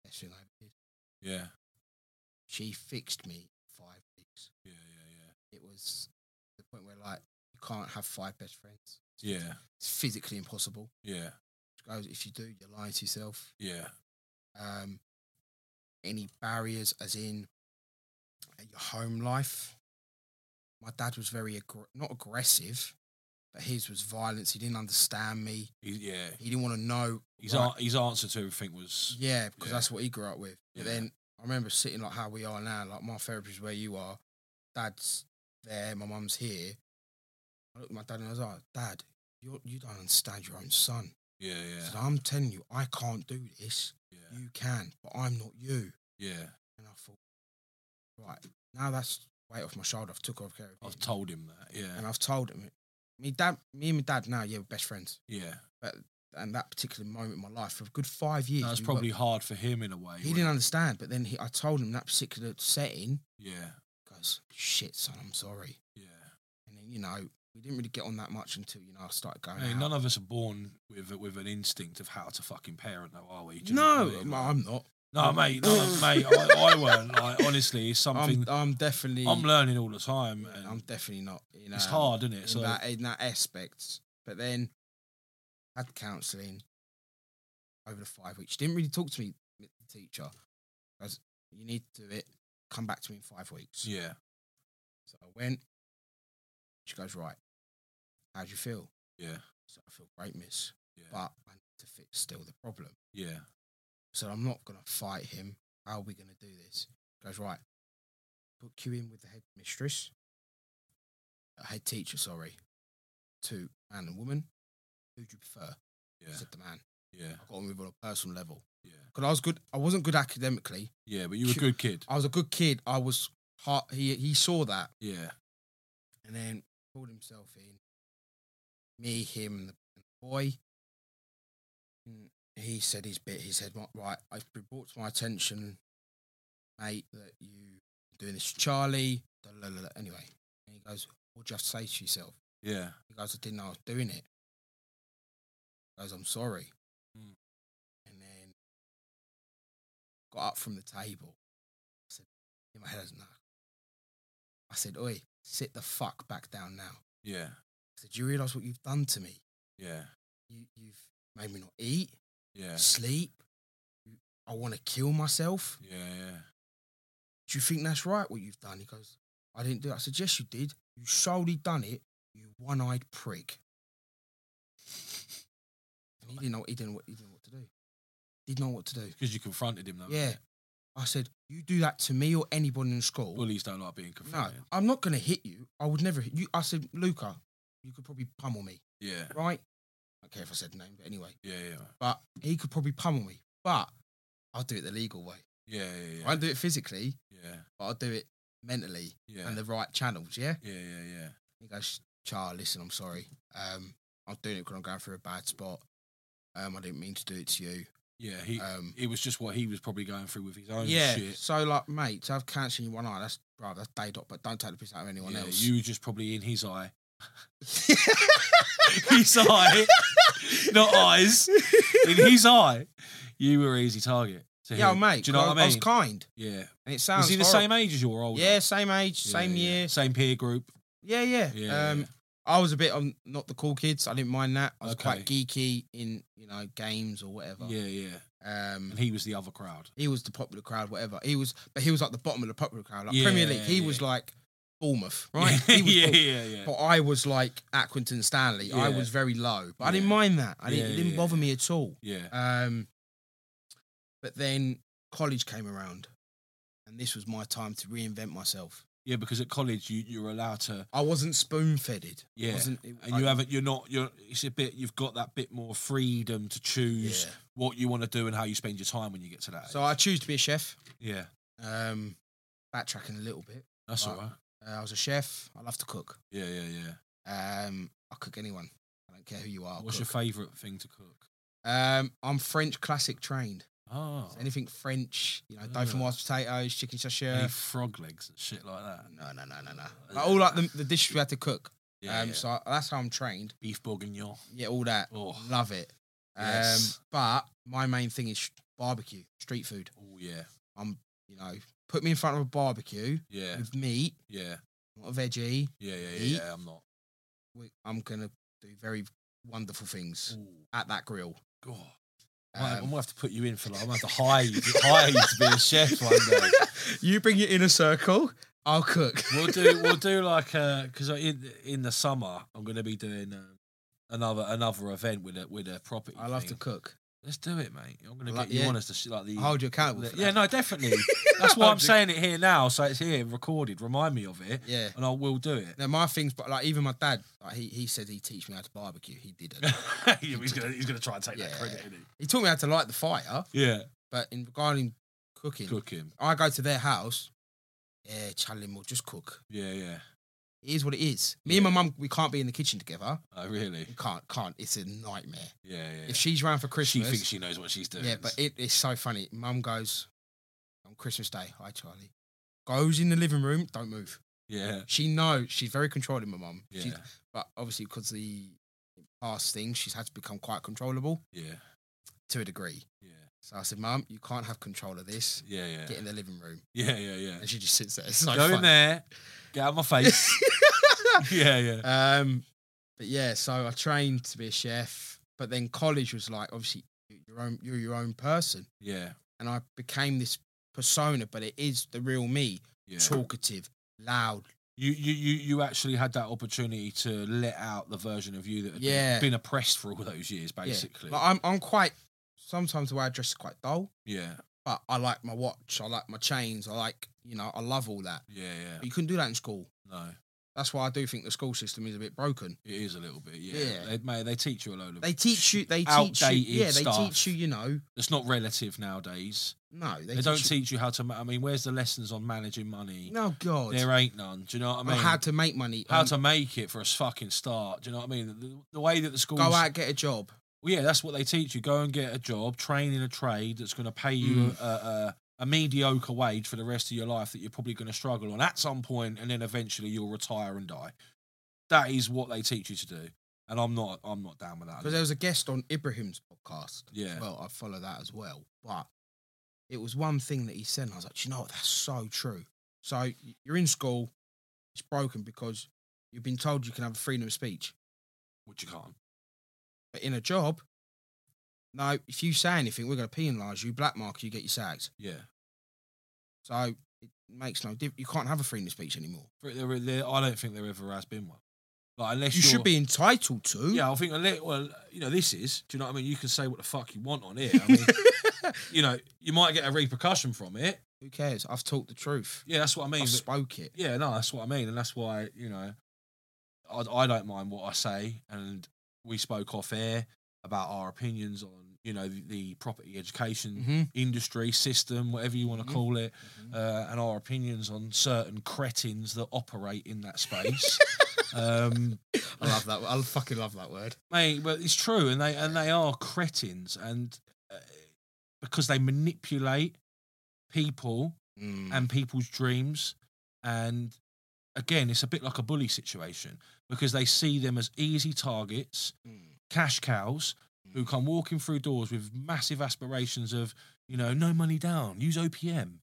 C: session I did.
B: Yeah.
C: She fixed me five weeks.
B: Yeah. Yeah.
C: It was the point where like you can't have five best friends.
B: Yeah.
C: It's physically impossible.
B: Yeah. Yeah.
C: She goes, if you do, you're lying to yourself.
B: Yeah.
C: Um any barriers as in uh, your home life. My dad was very aggr- not aggressive, but his was violence. He didn't understand me.
B: He, yeah.
C: he didn't want to know.
B: His
C: right,
B: an- his answer to everything was
C: yeah, because
B: yeah.
C: that's what he grew up with. But
B: Yeah.
C: then I remember sitting like how we are now, like my therapist where you are, dad's there, my mum's here. I looked at my dad and I was like, Dad, you you don't understand your own son.
B: yeah.
C: I
B: Yeah.
C: said, I'm telling you, I can't do this.
B: Yeah.
C: You can, but I'm not you.
B: Yeah.
C: And I thought, right now that's weight off my shoulder. I've took off care of
B: I've
C: him,
B: told him that. Yeah.
C: and I've told him. Me dad, me and my dad now, yeah, we're best friends.
B: Yeah.
C: And that particular moment in my life, for a good five years,
B: That was
C: we were-
B: probably hard for him in a way.
C: He
B: wasn't
C: didn't
B: it?
C: understand, but then he, I told him that particular setting.
B: Yeah.
C: Goes shit, son. I'm sorry.
B: Yeah.
C: And then you know we didn't really get on that much until you know I started going.
B: I mean,
C: out.
B: none of us are born with with an instinct of how to fucking parent, though, are we? Do you know what
C: no,
B: I mean?
C: I'm- I'm not.
B: no, mate, no, mate. I, I weren't. Like, honestly, it's something
C: I'm, I'm definitely.
B: I'm, learning all the time,
C: yeah,
B: and
C: I'm definitely not. You know,
B: it's hard, isn't
C: in,
B: it? So
C: that, in that aspect. But then had counselling over the five weeks. She didn't really talk to me, the teacher. Goes, you need to do it. Come back to me in five weeks.
B: yeah,
C: So I went. She goes, right. How do you feel?
B: yeah,
C: So I feel great, miss.
B: Yeah.
C: But I need to fix still the problem.
B: yeah,
C: So I'm not going to fight him. How are we going to do this? Goes, right. Book you in with the headmistress, uh, head teacher, sorry, to man and woman. Who do you prefer?
B: yeah,
C: said the man.
B: yeah,
C: I got on with on a personal level.
B: yeah,
C: Because I was good. I wasn't good academically.
B: yeah. But you were a good kid.
C: I was a good kid. I was hard. He, he saw that
B: Yeah,
C: and then pulled himself in. Me, him, and the, and the boy. And he said his bit. He said, "Right, "Right, I've been brought to my attention, mate, that you doing this, to Charlie." Da, da, da, da. Anyway, and he goes, "What do you have to say to yourself?"
B: yeah,
C: He goes, "I didn't know I was doing it." He goes, "I'm sorry."
B: Mm.
C: And then got up from the table. I said, "In my head, I was, nah." I said, "Oi, sit the fuck back down now."
B: yeah,
C: I said, "Do you realise what you've done to me?
B: yeah,
C: You, you've made me not eat,
B: yeah,
C: sleep. You- I want to kill myself.
B: yeah, yeah.
C: Do you think that's right? What you've done?" He goes, "I didn't do it." I said, "Yes, you did. You solely done it. You one-eyed prick." And he didn't know. He didn't. know What, he didn't know what to do. Didn't know what to do.
B: Because you confronted him, though.
C: Yeah, I said, "You do that to me or anybody in school."
B: Bullies don't like being
C: no,
B: confronted.
C: I'm not going to hit you. I would never hit you. I said, Luca, you could probably pummel me,
B: Yeah,
C: right? I don't care if I said the name, but anyway.
B: yeah, yeah,
C: but he could probably pummel me. But I'll do it the legal way.
B: yeah, yeah,
C: I
B: yeah,
C: won't do it physically,
B: yeah,
C: but I'll do it mentally
B: yeah,
C: and the right channels. Yeah.
B: yeah, yeah, yeah.
C: He goes, Char, listen, I'm sorry. Um, I'm doing it because I'm going through a bad spot. Um, I didn't mean to do it to you.
B: Yeah, he.
C: Um,
B: it was just what he was probably going through with his own
C: yeah.
B: Oh, shit.
C: So like, mate, to have cancer in one eye, that's bro, that's day dot. But don't take the piss out of anyone
B: Yeah,
C: else.
B: you were just probably in his eye. his eye, not eyes. In his eye, you were easy target. To
C: yeah,
B: him.
C: mate.
B: Do you know
C: 'cause
B: what
C: I
B: I
C: was
B: mean?
C: kind,
B: yeah.
C: and it
B: Was
C: sounds.
B: he the
C: horrible.
B: same age as you or older?
C: Yeah, same age,
B: Yeah,
C: same
B: yeah.
C: year.
B: same peer group.
C: Yeah, yeah.
B: Yeah,
C: um,
B: yeah.
C: I was a bit on not the cool kids. I didn't mind that. I was quite
B: Okay.
C: geeky in you know games or whatever.
B: Yeah, yeah.
C: Um,
B: And he was the other crowd.
C: he was the popular crowd, whatever. He was, but he was like the bottom of the popular crowd, like
B: Yeah,
C: Premier League. He
B: yeah.
C: was like Bournemouth, right?
B: Yeah,
C: He was
B: yeah,
C: Bournemouth.
B: yeah, yeah.
C: But I was like Atquinton Stanley. I
B: Yeah.
C: was very low, but I
B: Yeah.
C: didn't mind that. I didn't,
B: Yeah,
C: it didn't
B: yeah,
C: bother
B: yeah.
C: me at all.
B: Yeah,
C: Um, but then college came around, and this was my time to reinvent myself.
B: yeah. Because at college, you you're allowed to.
C: I wasn't spoon fed.
B: Yeah,
C: wasn't, it,
B: and
C: I-
B: you haven't. You're not. You're. It's a bit. You've got that bit more freedom to choose
C: Yeah.
B: what you want to do and how you spend your time when you get to that.
C: So I choose to be a chef.
B: yeah,
C: Um, backtracking a little bit,
B: that's
C: I-
B: all right.
C: uh, I was a chef. I love to cook.
B: Yeah, yeah, yeah.
C: Um, I cook anyone. I don't care who you are. I
B: What's
C: cook.
B: your favourite thing to cook?
C: um, I'm French classic trained.
B: Oh,
C: So anything French, you know, dolphin
B: Ah.
C: mashed potatoes, chicken
B: any
C: chasher.
B: frog legs and shit like that.
C: No, no, no, no, no. Like, all like the, the dishes we had to cook.
B: Yeah,
C: um,
B: yeah.
C: So I- that's how I'm trained.
B: beef bourguignon.
C: Yeah, all that.
B: Oh,
C: Love it. Um,
B: Yes.
C: But my main thing is barbecue, street food.
B: oh yeah,
C: I'm, you know, put me in front of a barbecue
B: yeah,
C: with meat,
B: yeah,
C: not a veggie.
B: yeah, yeah, yeah.
C: Eat.
B: yeah I'm not.
C: we- I'm gonna do very wonderful things
B: Ooh,
C: at that grill.
B: God. I might- I
C: Um,
B: might have to put you in for like, I might have to hire you, hire you to be a chef one day.
C: you bring your inner circle. I'll cook.
B: We'll do, we'll do like, because in in the summer I'm going to be doing uh, another another event with a with a property.
C: I love to
B: thing.
C: cook.
B: Let's do it, mate. I'm going to
C: Like,
B: get you
C: yeah.
B: on as the sh- like the.
C: I'll hold you accountable.
B: the-
C: for
B: yeah,
C: that.
B: no, definitely. That's why I'm
C: Hold you-
B: saying it here now, so it's here recorded. Remind me of it,
C: Yeah.
B: and I will do it.
C: Now my things, but like even my dad, like he he said he teach me how to barbecue. He didn't.
B: he's gonna he's gonna try and take
C: Yeah.
B: that credit, isn't
C: he taught me how to light the fire,
B: he? Yeah,
C: but in regarding cooking,
B: cook him.
C: I go to their house. Yeah, Charlie, we'll just cook.
B: Yeah, yeah.
C: It is what it is. Me and my mum, we can't be in the kitchen together.
B: Oh, really?
C: We can't, can't. It's a nightmare.
B: Yeah, yeah.
C: If she's round for
B: she
C: Christmas,
B: thinks she knows what she's doing.
C: Yeah, but it, it's so funny. Mum goes on Christmas Day. Hi, Charlie. Goes in the living room. Don't move.
B: yeah,
C: She knows she's very controlling. My mum.
B: yeah,
C: She's- But obviously, because the past things, she's had to become quite controllable
B: yeah,
C: to a degree.
B: yeah,
C: So I said, Mum, you can't have control of this.
B: yeah, yeah,
C: Get in the living room.
B: yeah, yeah, yeah.
C: And she just sits there. It's like
B: Go in
C: fun.
B: there, get out of my face. yeah, yeah,
C: Um, but yeah, so I trained to be a chef. But then college was like, obviously, you're your own, you're your own person.
B: yeah,
C: And I became this persona, but it is the real me.
B: yeah.
C: talkative, loud.
B: You, you, you, you actually had that opportunity to let out the version of you that had been-
C: Yeah.
B: been, oppressed for all those years, basically.
C: Yeah. Like I'm, I'm quite. Sometimes the way I dress is quite dull,
B: yeah,
C: but I like my watch. I like my chains. I like, you know, I love all that.
B: yeah,
C: But
B: yeah.
C: you couldn't do that in school.
B: No,
C: That's why I do think the school system is a bit broken.
B: it is a little bit. Yeah,
C: Yeah.
B: They, mate, they teach you a load of.
C: They teach you. They teach you.
B: Outdated
C: Yeah, they
B: stuff.
C: teach you. You know,
B: It's not relative nowadays.
C: no,
B: They, don't
C: you-
B: teach you how to. Ma- I mean, where's the lessons on managing money?
C: No God.
B: There ain't none. Do you know what I
C: on
B: mean?
C: how to make money.
B: how
C: on
B: to make it for a fucking start. Do you know what I mean? The, the way that the schools
C: go out get a job.
B: Well, yeah, that's what they teach you. Go and get a job, train in a trade that's going to pay you
C: Mm.
B: a, a, a mediocre wage for the rest of your life that you're probably going to struggle on at some point, and then eventually you'll retire and die. That is what they teach you to do, and I'm not. I'm not down with that.
C: Because there was a guest on Ibrahim's podcast.
B: yeah,
C: Well, I follow that as well. But it was one thing that he said, and I was like, "Do you know what? That's so true. So y- you're in school, it's broken because you've been told you can have freedom of speech.
B: which you can't.
C: But in a job, no, if you say anything, we're going to penalise you, black mark you, get you sacked.
B: Yeah,
C: So it makes no difference. You cancan't have a freedom of speech anymore.
B: For- there, there, I don't think there ever has been one. Like unless
C: You
B: you're-
C: should be entitled to.
B: Yeah, I think. unless- Well, you know, this is. Do you know what I mean? You can say what the fuck you want on here. I mean, you know, you might get a repercussion from it.
C: Who cares? I've talked the truth.
B: Yeah, that's what I mean.
C: I
B: but-
C: spoke it.
B: yeah, no, that's what I mean, and that's why you know, I, I don't mind what I say, and we spoke off air about our opinions on you know the, the property education
C: hmm
B: industry system, whatever you want to
C: Mhm.
B: call it,
C: Mhm.
B: uh, and our opinions on certain cretins that operate in that space. um,
C: I love that. I fucking love that word.
B: mate, but it's true, and they and they are cretins, and uh, because they manipulate people
C: Mm.
B: and people's dreams. And again, it's a bit like a bully situation because they see them as easy targets,
C: Mm.
B: cash cows who come walking through doors with massive aspirations of, you know, no money down, use OPM.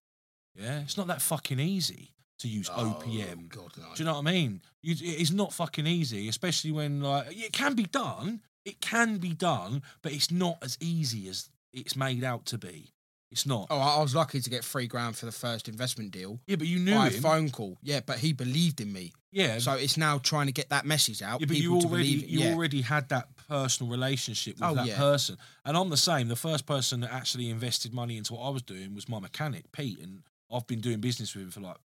B: Yeah, it's not that fucking easy to use
C: Oh,
B: OPM.
C: God, no.
B: Do you know what I mean? You, it's not fucking easy, especially when like it can be done. It can be done, but it's not as easy as it's made out to be. It's not.
C: Oh, I I was lucky to get three grand for the first investment deal
B: Yeah, but you knew
C: by
B: him.
C: a phone call. Yeah, but he believed in me.
B: yeah,
C: So it's now trying to get that message out.
B: Yeah, but you
C: people to
B: already
C: believe it.
B: you
C: yeah.
B: already had that personal relationship with
C: Oh,
B: that
C: yeah.
B: person, and I'm the same. The first person that actually invested money into what I was doing was my mechanic, Pete, and I've been doing business with him for like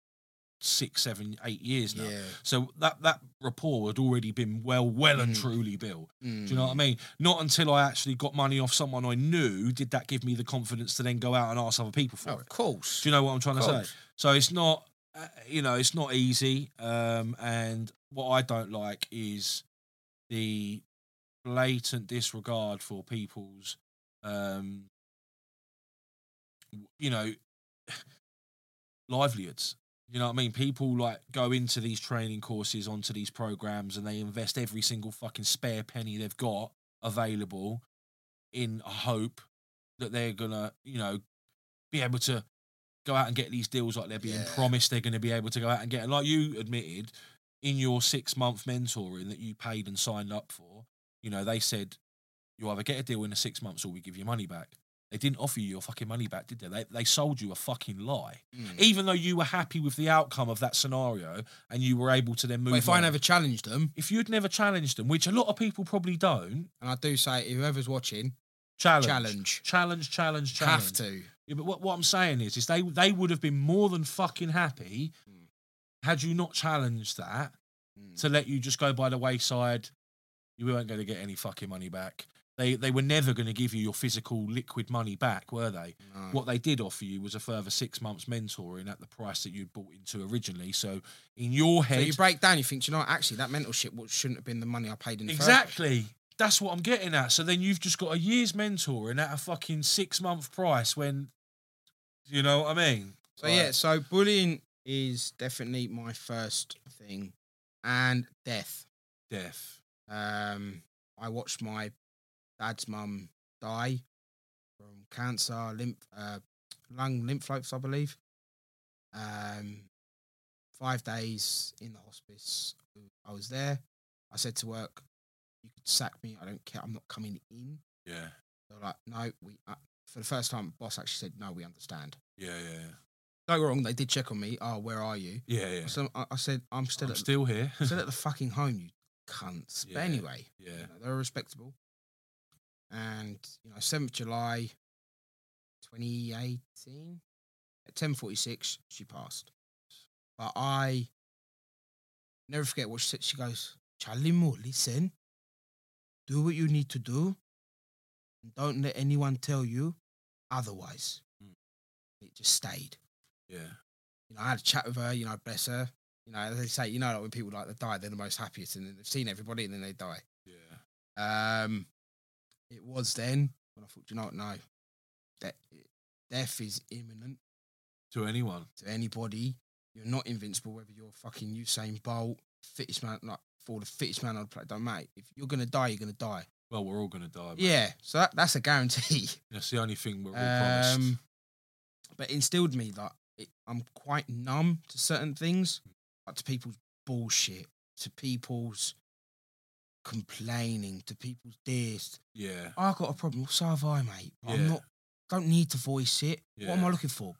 B: six, seven, eight years now.
C: yeah.
B: So that that rapport had already been well, well and
C: Mm.
B: truly built. Do you know what I mean? Not until I actually got money off someone I knew did that give me the confidence to then go out and ask other people for
C: Oh,
B: it.
C: of course.
B: Do you know what I'm trying
C: Of
B: to say?
C: course.
B: So it's not, uh, you know, it's not easy. Um, and what I don't like is the blatant disregard for people's um, you know, livelihoods. You know what I mean? People like go into these training courses, onto these programs, and they invest every single fucking spare penny they've got available in a hope that they're gonna, you know, be able to go out and get these deals like they're being
C: Yeah.
B: promised they're gonna be able to go out and get. And like you admitted in your six month mentoring that you paid and signed up for, you know, they said you either get a deal in the six months or we give you money back. They didn't offer you your fucking money back, did they? They, they sold you a fucking lie even though you were happy with the outcome of that scenario and you were able to then move
C: But if
B: on.
C: I never challenge them,
B: if you'd never challenged them, which a lot of people probably don't,
C: and I do say whoever's watching,
B: challenge,
C: Challenge.
B: challenge, challenge, challenge.
C: have to.
B: Yeah, but what, what I'm saying is, is they they would have been more than fucking happy
C: Mm.
B: had you not challenged that
C: Hmm.
B: to let you just go by the wayside. You weren't going to get any fucking money back. They they were never going to give you your physical liquid money back, were they?
C: No.
B: What they did offer you was a further six months mentoring at the price that you'd bought into originally. So in your
C: So
B: head,
C: you break down, you think, "Do you know, what? actually, that mental shit what shouldn't have been the money I paid in the first place."
B: exactly. That's what I'm getting at. So then you've just got a year's mentoring at a fucking six month price when, you know what I mean?
C: So
B: Like,
C: yeah, so bullying is definitely my first thing, and death.
B: death.
C: Um, I watched my dad's mum die from cancer, lymph, uh, lung lymphobes, I believe. Um, five days in the hospice, I was there. I said to work, "You could sack me. I don't care. I'm not coming in."
B: Yeah,
C: They're like, "No, we." Uh, for the first time, boss actually said, "No, we understand."
B: yeah, yeah,
C: Don't get me wrong. They did check on me. Oh, where are you?
B: yeah, yeah. yeah.
C: So I, I said, "I'm still
B: I'm
C: at
B: still here.
C: still at the fucking home, you cunts."
B: Yeah.
C: But anyway,
B: yeah,
C: you know, they're Uh, respectable. And you know, seventh July, twenty eighteen, at ten forty six, she passed. But I never forget what she said. She goes, "Charlie Moore, listen, do what you need to do, and don't let anyone tell you otherwise."
B: Mm.
C: It just stayed.
B: yeah,
C: You know, I had a chat with her. You know, bless her. You know, as they say, you know, like when people like to die, they're the most happiest, and they've seen everybody, and then they die.
B: yeah,
C: Um, it was then when I thought, "Do you know what? No, that death is imminent
B: To anyone.
C: to anybody. You're not invincible, whether you're fucking Usain Bolt, fittest man, like for the fittest man on the planet. Don't matter. If you're gonna die, you're gonna die.
B: Well, we're all gonna die. Yeah,
C: Yeah, so that, that's a guarantee.
B: that's the only thing we're all promised.
C: Um, but it instilled me that it, I'm quite numb to certain things, like to people's bullshit, to people's complaining, to people's this,
B: Yeah,
C: I got a problem. So have I, mate.
B: Yeah.
C: I'm not. Don't need to voice it. What am
B: Yeah.
C: I looking for?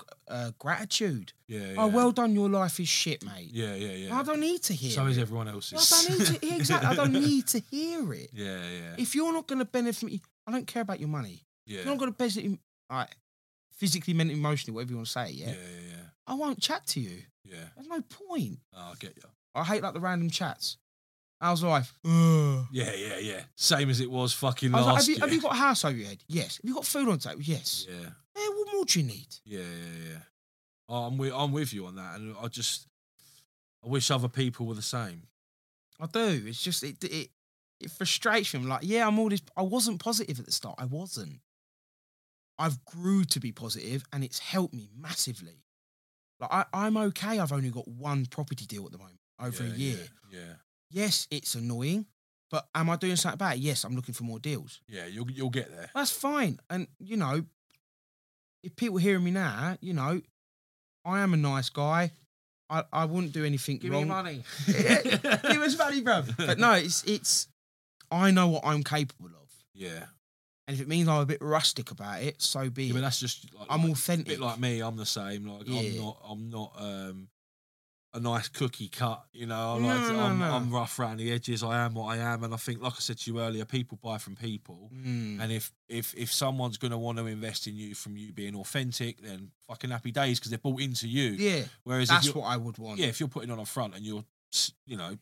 C: G- Uh, gratitude.
B: yeah, yeah.
C: Oh, well done. Your life is shit, mate.
B: Yeah, yeah, yeah.
C: I don't need to hear.
B: so is
C: it.
B: everyone else's.
C: I don't need to hear. Exactly. I don't need to hear it.
B: Yeah, yeah,
C: If you're not going to benefit me, I don't care about your money.
B: yeah.
C: If you're not going to benefit me, like, physically, mentally, emotionally, whatever you want to say.
B: yeah,
C: Yeah?
B: yeah,
C: I won't chat to you.
B: yeah, yeah.
C: There's no point.
B: Oh, I get you.
C: I hate like the random chats. How's life? Ugh.
B: Yeah, yeah, yeah. Same as it was fucking
C: I was
B: last
C: like, have you,
B: year.
C: have you got a house over your head? Yes. Have you got food on table? Yes.
B: yeah,
C: Eh, what more do you need?
B: yeah, yeah, yeah. Oh, I'm with I'm with you on that, and I just I wish other people were the same.
C: I do. It's just it it it frustrates me. I'm like, yeah, I'm all this. I wasn't positive at the start. I wasn't. I've grew to be positive, and it's helped me massively. Like I, I'm okay. I've only got one property deal at the moment over
B: yeah,
C: a year.
B: Yeah, yeah,
C: Yes, it's annoying, but am I doing something about it? Yes, I'm looking for more deals.
B: yeah. You'll you'll get there.
C: That's fine. And you know, if people hearing me now, you know, I am a nice guy. I, I wouldn't do anything wrong.
B: money.
C: Give us money, bro. But no, it's it's. I know what I'm capable of,
B: Yeah.
C: and if it means I'm a bit rustic about it, so be
B: yeah, but
C: it.
B: that's just like,
C: I'm
B: like, a
C: authentic.
B: bit like me. I'm the same. Like I'm
C: Yeah.
B: not. I'm not. um a nice cookie cut, you know. I'm,
C: No,
B: like,
C: no,
B: I'm,
C: no.
B: I'm rough around the edges. I am what I am, and I think, like I said to you earlier, people buy from people.
C: Mm.
B: And if if if someone's going to want to invest in you from you being authentic, then fucking happy days because they're bought into you.
C: yeah,
B: Whereas if
C: that's
B: you're,
C: what I would want.
B: yeah, if you're putting on a front and you're s- you know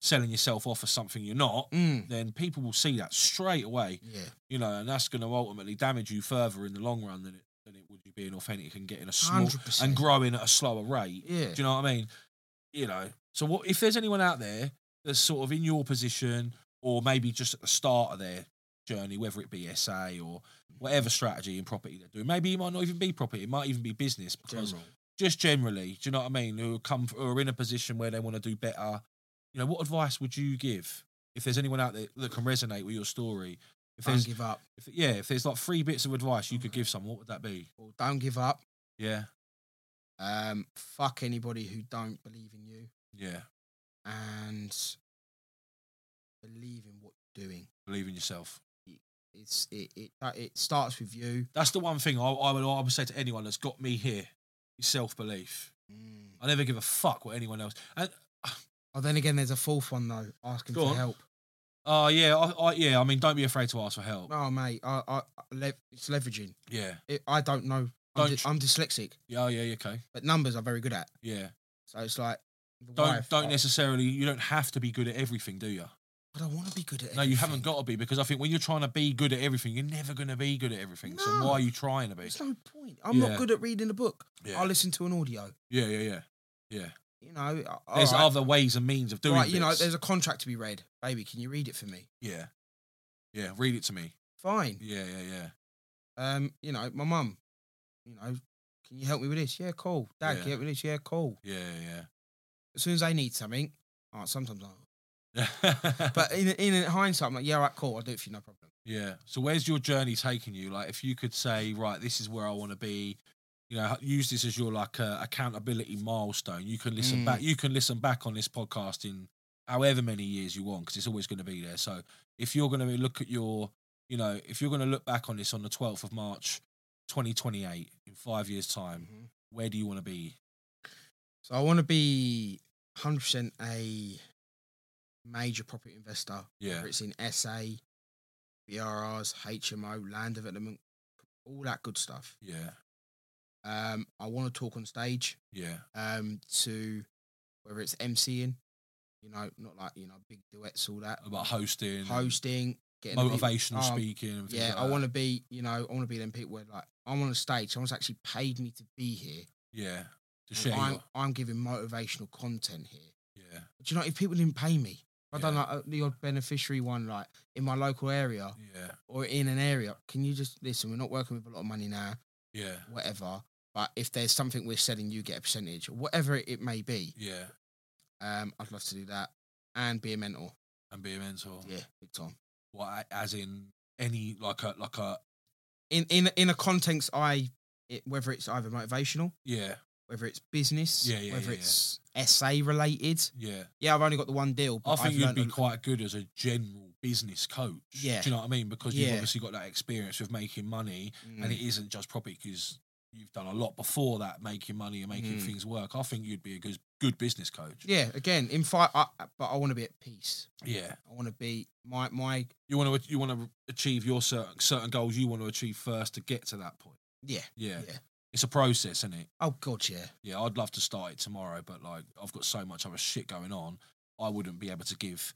B: selling yourself off as something you're not,
C: Mm.
B: then people will see that straight away.
C: yeah.
B: You know, and that's going to ultimately damage you further in the long run than it than it would you being authentic and getting a small
C: 100%.
B: and growing at a slower rate.
C: Yeah.
B: Do you know what I mean? You know. So what if there's anyone out there that's sort of in your position or maybe just at the start of their journey, whether it be SA or whatever strategy and property they're doing. Maybe it might not even be property, it might even be business because
C: General.
B: just generally, do you know what I mean? Who come who are in a position where they want to do better. You know, what advice would you give if there's anyone out there that can resonate with your story? If
C: Don't
B: there's
C: give up.
B: if, yeah, if there's like three bits of advice you could give someone, what would that be?
C: Or don't give up.
B: Yeah,
C: Um, fuck anybody who don't believe in you
B: yeah.
C: and believe in what you're doing.
B: Believe in yourself.
C: It's it it uh, it starts with you.
B: That's the one thing I, I would I would say to anyone that's got me here is self belief. I never give a fuck what anyone else. And
C: Oh, then again, there's a fourth one though. Asking
B: Go
C: for
B: on.
C: help.
B: oh yeah, I, I yeah. I mean, don't be afraid to ask for help.
C: Oh, mate, I, I, I lev- it's leveraging.
B: Yeah,
C: It, I don't know. I'm,
B: Don't
C: dy-
B: tr-
C: I'm dyslexic,
B: yeah, oh, yeah. yeah, Okay,
C: but numbers I'm very good at.
B: yeah.
C: So it's like the
B: Don't
C: wife,
B: don't
C: I,
B: necessarily. You don't have to be good at everything, do you?
C: I don't want to be good at.
B: No, you haven't
C: everything.
B: got to be because I think when you're trying to be good at everything, you're never going to be good at everything. So why are you trying to be?
C: There's no point. I'm
B: Yeah.
C: not good at reading a book.
B: Yeah,
C: I listen to an audio.
B: yeah, yeah, yeah. yeah.
C: You know, I-
B: There's
C: alright,
B: other ways and means of doing.
C: right, you know,
B: bits.
C: there's a contract to be read. Baby, can you read it for me?
B: yeah, yeah. Read it to me.
C: Fine.
B: Yeah, yeah, yeah.
C: Um, you know, my mum, you know, can you help me with this? Yeah, cool. Dad,
B: Yeah.
C: can you help me with this? Yeah, cool.
B: Yeah, yeah,
C: As soon as they need something, all right, sometimes I
B: yeah.
C: But in, in hindsight, I'm like, yeah, all right, cool. I'll do it for you, no problem.
B: yeah. So where's your journey taking you? Like, if you could say, right, this is where I want to be. You know, use this as your like uh, accountability milestone. You can listen
C: Mm.
B: back. You can listen back on this podcast in however many years you want because it's always going to be there. So if you're going to look at your, you know, if you're going to look back on this on the 12th of March, 2028, in five years' time,
C: Mhm.
B: where do you want to be?
C: So I want to be 100% a major property investor.
B: Yeah,
C: Whether it's in SA, BRRs, HMO, land development, all that good stuff.
B: yeah,
C: Um, I want to talk on stage
B: yeah,
C: um, to whether it's MCing, you know, not like, you know, big duets, all that,
B: about hosting,
C: hosting, getting the people-
B: motivational
C: Oh,
B: speaking. And things
C: Yeah,
B: like
C: I
B: that.
C: want to be, you know, I want to be them people where like I'm on a stage, someone's actually paid me to be here.
B: Yeah, to
C: and
B: share.
C: I'm,
B: your-
C: I'm giving motivational content here.
B: yeah,
C: Do you know if people didn't pay me? I've done
B: Yeah.
C: like uh, the odd beneficiary one, like in my local area
B: yeah,
C: or in an area. Can you just listen? We're not working with a lot of money now,
B: yeah,
C: whatever. But if there's something we're selling, you get a percentage, whatever it- it may be.
B: yeah,
C: Um, I'd love to do that and be a mentor.
B: and be a mentor.
C: Yeah, big time.
B: What, as in any like a like a
C: In in in a context, I it, whether it's either motivational,
B: yeah,
C: whether it's business,
B: Yeah, yeah,
C: whether
B: yeah, yeah.
C: it's essay related.
B: yeah.
C: Yeah, I've only got the one deal. But
B: I think
C: I've
B: you'd
C: learned
B: be
C: a-
B: quite good as a general business coach.
C: Yeah.
B: do you know what I mean? Because you've
C: Yeah.
B: obviously got that experience with making money,
C: Mm.
B: and it isn't just property because you've done a lot before that, making money and making
C: Mm.
B: things work. I think you'd be a good good business coach.
C: yeah, again, in fight, I, but I want to be at peace.
B: yeah.
C: I want to be my my
B: You want to you want to achieve your certain certain goals you want to achieve first to get to that point.
C: yeah
B: Yeah,
C: Yeah.
B: it's a process, isn't it?
C: oh god yeah
B: yeah, I'd love to start it tomorrow, but like I've got so much other shit going on, I wouldn't be able to give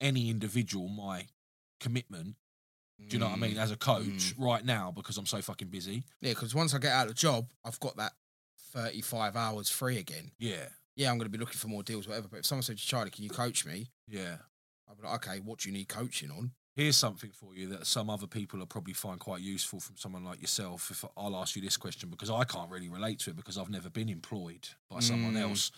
B: any individual my commitment. Do you know what I mean? As a coach,
C: Mm.
B: right now because I'm so fucking busy.
C: yeah because once I get out of the job I've got that thirty five hours free again
B: Yeah,
C: yeah I'm going to be looking for more deals whatever but if someone said Charlie can you coach me
B: yeah.
C: I'd be like okay what do you need coaching on
B: Here's something for you that some other people will probably find quite useful from someone like yourself. If I'll ask you this question because I can't really relate to it because I've never been employed by someone
C: Mm.
B: else.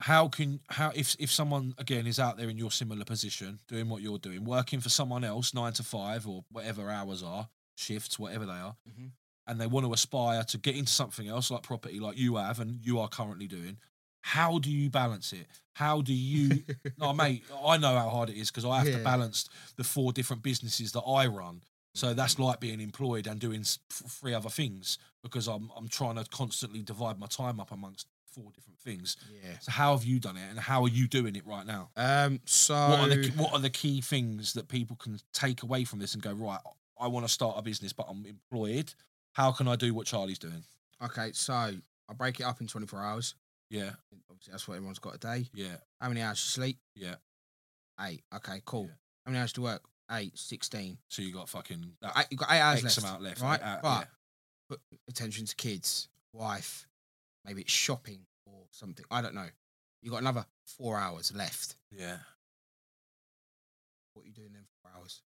B: How can how if if someone again is out there in your similar position doing what you're doing, working for someone else nine to five or whatever hours are shifts, whatever they are,
C: Mhm.
B: and they want to aspire to get into something else like property, like you have and you are currently doing. How do you balance it? How do you no, mate, I know how hard it is because I have to
C: Yeah.
B: balance the four different businesses that I run. So that's like being employed and doing s- f- three other things because I'm I'm trying to constantly divide my time up amongst four different things.
C: yeah
B: So how have you done it, and how are you doing it right now?
C: um so
B: What are the what are the key things that people can take away from this and go right? I want to start a business, but I'm employed. How can I do what Charlie's doing?
C: okay so I break it up in twenty four hours
B: Yeah,
C: obviously that's what everyone's got a day
B: yeah,
C: how many hours you sleep
B: yeah.
C: eight okay cool
B: Yeah.
C: how many hours do you work eight sixteen
B: So you got fucking that
C: eight, you got eight
B: X
C: hours left
B: amount left,
C: right
B: uh,
C: but
B: yeah.
C: attention to kids, wife, maybe it's shopping or something. I don't know. You got another four hours left.
B: yeah,
C: What are you doing in four hours?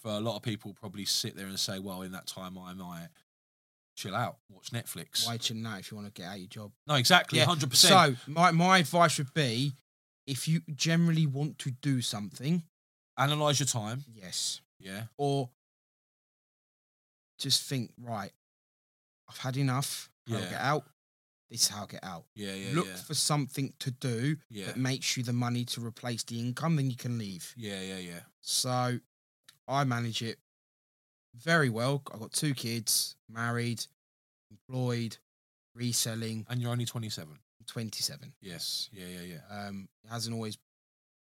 B: for a lot of people probably sit there and say, well, in that time I might chill out, watch Netflix.
C: Why should now if you want to get out of your job?
B: No, exactly,
C: Yeah,
B: hundred percent.
C: So my my advice would be, if you generally want to do something,
B: Analyze your time.
C: yes,
B: Yeah,
C: or just think right. I've had enough. I'll
B: Yeah.
C: get out. This is how I get out.
B: yeah, yeah,
C: Look for something to do
B: yeah,
C: that makes you the money to replace the income, then you can leave.
B: yeah, yeah, yeah, yeah.
C: So I manage it very well. I've got two kids, married, employed, reselling,
B: And you're only twenty-seven.
C: 27.
B: Yes. Yeah, yeah, yeah.
C: Um, it hasn't always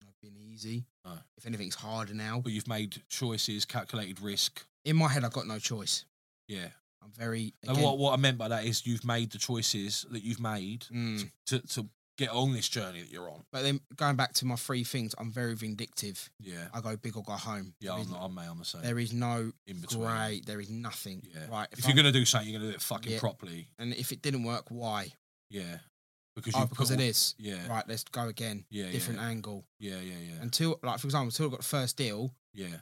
C: you know, been easy.
B: No.
C: If anything, it's harder now.
B: But you've made choices, calculated risk.
C: In my head, I've got no choice.
B: Yeah.
C: I'm very.
B: And what what I meant by that is you've made the choices that you've made
C: Mm.
B: to to get on this journey that you're on.
C: But then going back to my three things, I'm very vindictive.
B: Yeah.
C: I go big or go home.
B: Yeah,
C: there,
B: I'm,
C: is,
B: I'm, I'm the same.
C: there is no
B: In between.
C: grey. There is nothing.
B: Yeah.
C: Right.
B: If, you're
C: I'm-
B: gonna do something, you're gonna do it fucking
C: Yeah.
B: properly.
C: and if it didn't work, why?
B: Yeah. Because you
C: Oh, because
B: put
C: it
B: all-
C: is.
B: Yeah.
C: Right. Let's go again.
B: Yeah. yeah,
C: Different
B: Yeah.
C: angle.
B: Yeah. Yeah. Yeah.
C: Until, like for example, until I got the first deal,
B: Yeah.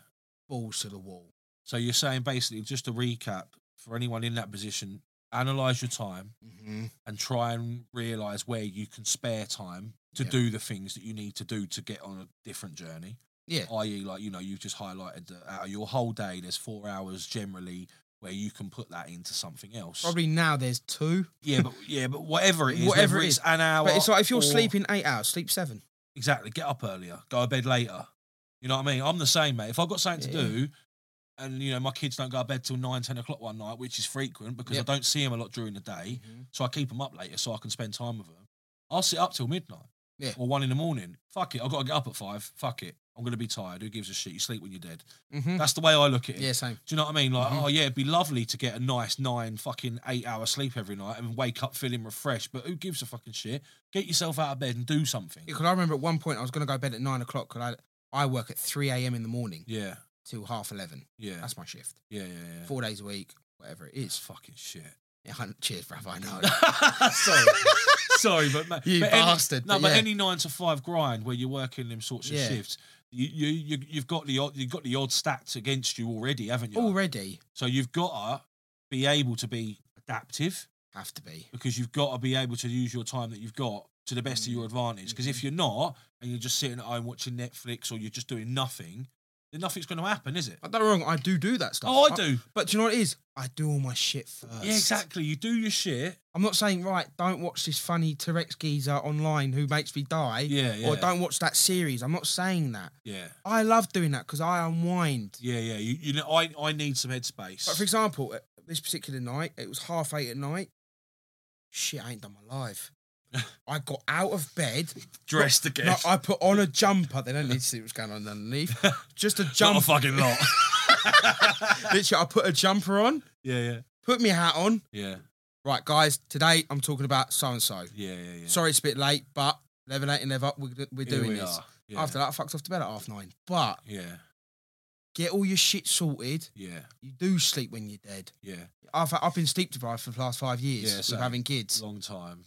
C: balls to the wall.
B: So you're saying basically, just to recap, for anyone in that position, analyze your time
C: Mm-hmm.
B: and try and realize where you can spare time to
C: Yeah.
B: do the things that you need to do to get on a different journey.
C: Yeah.
B: i.e., like you know, you've just highlighted that out of your whole day, there's four hours generally where you can put that into something else.
C: Probably now there's two.
B: Yeah, but yeah, but whatever it is,
C: Whatever
B: whether
C: it
B: it's an hour.
C: But it's like if you're
B: or-
C: sleeping eight hours, sleep seven.
B: exactly, get up earlier, go to bed later. You know what I mean? I'm the same, mate. If I've got something
C: Yeah.
B: to do, and you know my kids don't go to bed till nine, ten o'clock one night, which is frequent because
C: Yep.
B: I don't see them a lot during the day, so I keep them up later so I can spend time with them. I'll sit up till midnight,
C: Yeah.
B: or one in the morning. Fuck it, I've got to get up at five. Fuck it, I'm gonna be tired. Who gives a shit? You sleep when you're dead.
C: Mm-hmm.
B: That's the way I look at it.
C: Yeah, same.
B: Do you know what I mean? Like,
C: Mhm.
B: oh yeah, it'd be lovely to get a nice nine, fucking eight hour sleep every night and wake up feeling refreshed. But who gives a fucking shit? Get yourself out of bed and do something.
C: Because I remember at one point I was going to go to bed at nine o'clock because I, I work at 3 a.m. in the morning
B: Yeah,
C: till half 11.
B: yeah,
C: That's my shift.
B: yeah, yeah. yeah.
C: Four days a week, whatever it
B: It's
C: is.
B: fucking shit.
C: Yeah, hun- cheers, bruv. I know.
B: sorry, sorry, but ma-
C: You
B: but
C: bastard,
B: Any, no,
C: but
B: but,
C: yeah.
B: any nine to five grind where you're working them sorts of
C: Yeah.
B: shifts, you, you you you've got the odd, you've got the odd stacked against you already, haven't you?
C: Already
B: So you've got to be able to be adaptive.
C: have to be.
B: because you've got to be able to use your time that you've got to the best of your advantage. Because if you're not, and you're just sitting at home watching Netflix or you're just doing nothing, then nothing's going to happen, is it?
C: But don't get me wrong, I do do that stuff.
B: Oh, I do.
C: But do you know what it is? I do all my shit first.
B: Yeah, exactly. You do your shit.
C: I'm not saying, right, don't watch this funny Tourette's geezer online who makes me die.
B: Yeah, yeah.
C: Or don't watch that series. I'm not saying that.
B: Yeah,
C: I love doing that because I unwind.
B: yeah, yeah. You, you know, I, I need some headspace.
C: But for example, at this particular night, it was half eight at night. Shit, I ain't done my life. I got out of bed.
B: Dressed again.
C: No, I put on a jumper. They don't need to see what's going on underneath. Just a
B: Not a
C: jumper.
B: fucking lot.
C: Literally, I put a jumper on,
B: yeah, yeah,
C: put my hat on.
B: yeah,
C: Right, guys, today I'm talking about so and so.
B: yeah, yeah. yeah.
C: Sorry it's a bit late, but level eight and level up, we're, we're
B: Here
C: doing
B: we
C: this.
B: are. Yeah.
C: After that, I fucked off to bed at half nine. But
B: Yeah,
C: get all your shit sorted.
B: yeah,
C: You do sleep when you're dead.
B: yeah.
C: I've, I've been sleep deprived for the last five years
B: Yeah,
C: with
B: same.
C: having kids.
B: long time.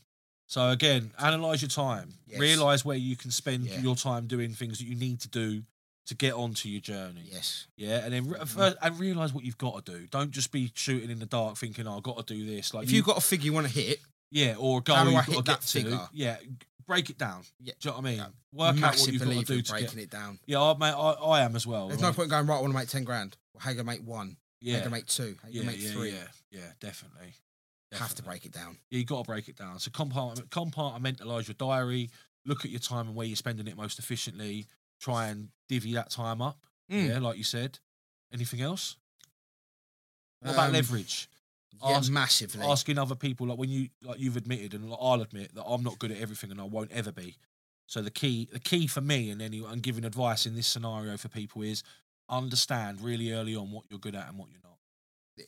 B: So again, analyze your time.
C: Yes.
B: Realize where you can spend
C: Yeah.
B: your time doing things that you need to do to get onto your journey.
C: Yes.
B: Yeah, and then re-
C: Mhm.
B: fir- and realize what you've got to do. Don't just be shooting in the dark thinking, "Oh, I've got to do this." Like
C: if you've got a figure you want to hit,
B: yeah, or a goal
C: How do I
B: you've
C: hit
B: got to get
C: that
B: to.
C: figure?
B: Yeah, g- break it down.
C: Yeah.
B: Do you know what I mean?
C: Yeah.
B: Work out what
C: massive
B: you've got to
C: believer
B: do
C: in
B: to get.
C: breaking it down.
B: Yeah, I, mate, I, I am as well.
C: There's
B: right?
C: no point going right. I want to make ten grand. Well, how you gonna make one? How you
B: Yeah,
C: gonna make two? How you
B: yeah,
C: gonna make
B: yeah,
C: three?
B: yeah, yeah, definitely.
C: Have to
B: Definitely.
C: break it down.
B: Yeah, you got to break it down. So compartment, compartmentalize your diary. Look at your time and where you're spending it most efficiently. Try and divvy that time up.
C: Mm.
B: Yeah, like you said. Anything else? What about
C: Um,
B: leverage?
C: Yeah,
B: Ask-
C: massively.
B: Asking other people, like when you like you've admitted, and like I'll admit that I'm not good at everything, and I won't ever be. So the key, the key for me, and any and giving advice in this scenario for people is understand really early on what you're good at and what you're not.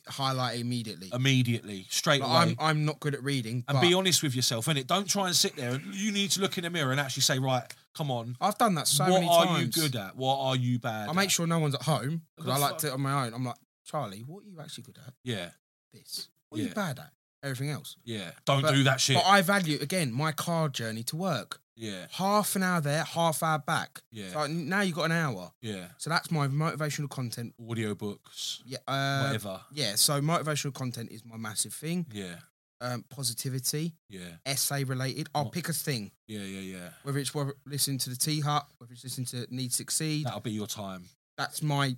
C: Highlight immediately.
B: Immediately, straight
C: Like,
B: away.
C: I'm I'm not good at reading.
B: and
C: but
B: be honest with yourself, innit? Don't try and sit there. and You need to look in the mirror and actually say, right, come on,
C: I've done that so
B: what
C: many
B: are
C: times.
B: you good at? What are you bad?
C: I make
B: at?
C: sure no one's at home because
B: The
C: I like
B: fuck?
C: to on my own. I'm like Charlie, what are you actually good at?
B: Yeah,
C: This. What are you
B: Yeah.
C: bad at? Everything else.
B: yeah. Don't
C: But-
B: do that shit.
C: But I value again my car journey to work.
B: Yeah.
C: Half an hour there, half hour back.
B: Yeah.
C: So now you've got an hour.
B: Yeah.
C: So that's my motivational content.
B: Audiobooks.
C: Yeah. Uh,
B: whatever.
C: Yeah. So motivational content is my massive thing.
B: Yeah.
C: Um, positivity,
B: Yeah.
C: essay related. I'll
B: What-
C: pick a thing,
B: Yeah. Yeah. Yeah.
C: whether it's whether, listening to the T Hut, whether it's listening to Need Succeed.
B: That'll be your time.
C: That's my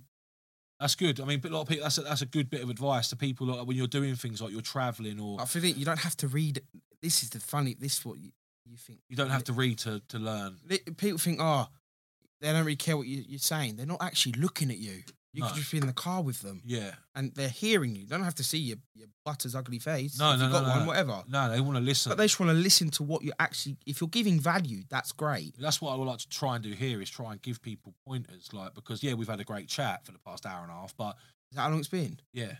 B: That's good. I mean, but a lot of people. That's a, that's a good bit of advice to people like, when you're doing things like you're traveling or
C: I think you don't have to read. This is the funny. This is what you, you think.
B: you don't have to read to to learn.
C: Li- People think, oh, they don't really care what you, you're saying. They're not actually looking at you. You
B: No.
C: could just be in the car with them,
B: Yeah.
C: and they're hearing you. They don't have to see your your butter's ugly face.
B: No,
C: if
B: no,
C: you've
B: no,
C: got
B: no,
C: one,
B: no.
C: whatever.
B: No, they want to listen.
C: But they just want to listen to what you're actually. If you're giving value, that's great.
B: that's what I would like to try and do here is try and give people pointers, like because yeah, we've had a great chat for the past hour and a half, but
C: Is that how long it's been?
B: yeah,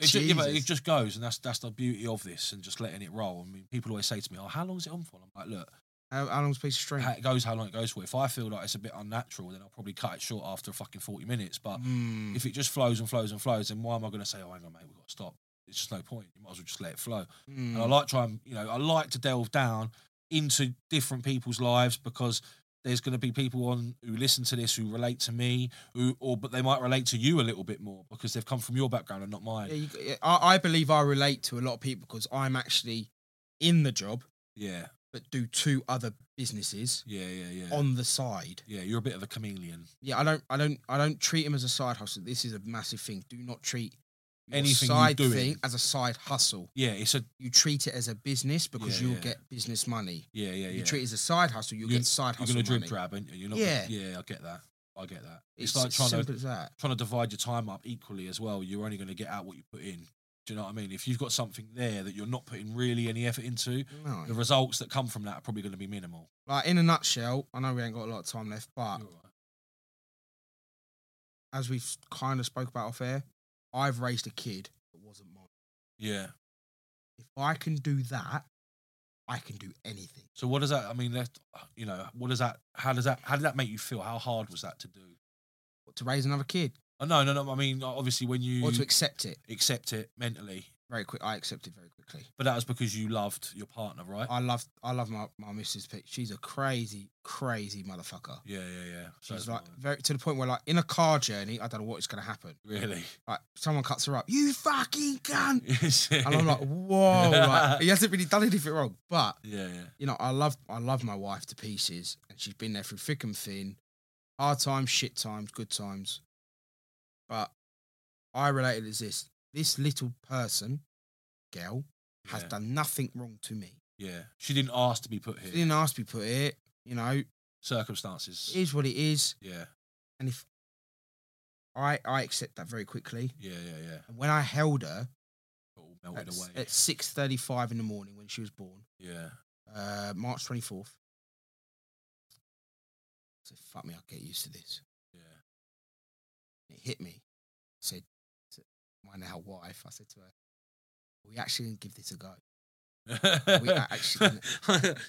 B: it, ju- yeah, but
C: Jesus.
B: it just goes, and that's that's the beauty of this, and just letting it roll. I mean, people always say to me, "Oh, how long is it on for?" And I'm like, "Look,
C: How, how long's a piece of string?
B: how it goes how long it goes for. If I feel like it's a bit unnatural, then I'll probably cut it short after fucking forty minutes. But
C: Mm.
B: if it just flows and flows and flows, then why am I going to say, "Oh, hang on, mate, we've got to stop"? It's just no point. You might as well just let it flow.
C: Mm.
B: And I like trying, you know, I like to delve down into different people's lives because there's going to be people on who listen to this who relate to me, who or but they might relate to you a little bit more because they've come from your background and not mine.
C: Yeah, you, yeah, I, I believe I relate to a lot of people because I'm actually in the job,
B: Yeah,
C: but do two other businesses
B: yeah, yeah, yeah.
C: on the side.
B: yeah, you're a bit of a chameleon.
C: Yeah, I don't, I don't, I don't treat him as a side hustle. This is a massive thing. Do not treat your
B: Anything you
C: side
B: do
C: thing
B: it-
C: as a side hustle.
B: Yeah, it's a
C: You treat it as a business because
B: Yeah,
C: you'll
B: yeah.
C: get business money.
B: yeah, yeah, yeah.
C: You treat it as a side hustle, you'll get side
B: you're
C: hustle
B: going to drip
C: money.
B: drab, and you're not.
C: Yeah.
B: Gonna, yeah, I get that. I get that. It's,
C: It's,
B: like
C: as
B: trying to
C: simple as that.
B: trying to divide your time up equally as well. You're only going to get out what you put in. Do you know what I mean? If you've got something there that you're not putting really any effort into,
C: No.
B: the results that come from that are probably going to be minimal.
C: Like in a nutshell, I know we ain't got a lot of time left, but
B: You're right.
C: as we've kind of spoke about off air, I've raised a kid that wasn't mine.
B: Yeah.
C: If I can do that, I can do anything.
B: So what does that? I mean, that you know, what does that? How does that? How did that make you feel? How hard was that to do?
C: But to raise another kid
B: Oh, no, no, no. I mean, obviously, when you
C: or to accept it
B: accept it mentally,
C: very quick, I accepted very quickly.
B: but that was because you loved your partner, right?
C: I love, I love my my missus. Pick. She's a crazy, crazy motherfucker.
B: yeah, yeah, yeah. So
C: She's
B: it's
C: like
B: not-
C: very to the point where, like, in a car journey, I don't know what is going to happen.
B: really.
C: Like, someone cuts her up, you fucking cunt, and
B: and
C: I'm like, whoa, like, he hasn't really done anything wrong, but
B: yeah, yeah,
C: you know, I love I love my wife to pieces, and she's been there through thick and thin, hard times, shit times, good times. But I related as this: this little person, girl, has
B: Yeah.
C: done nothing wrong to me.
B: yeah. She didn't ask to be put
C: She
B: here.
C: didn't ask me to put it. You know, it
B: Circumstances.
C: is what it is,
B: yeah,
C: and if I I accept that very quickly.
B: yeah, yeah, yeah. It
C: And when I held her
B: all melted
C: at, s-
B: away.
C: at six thirty-five in the morning when she was born,
B: yeah,
C: uh, March twenty-fourth. So fuck me, I'll get used to this.
B: yeah.
C: and it hit me. I said to my now wife, I said to her, "We actually didn't give this a go. We are actually-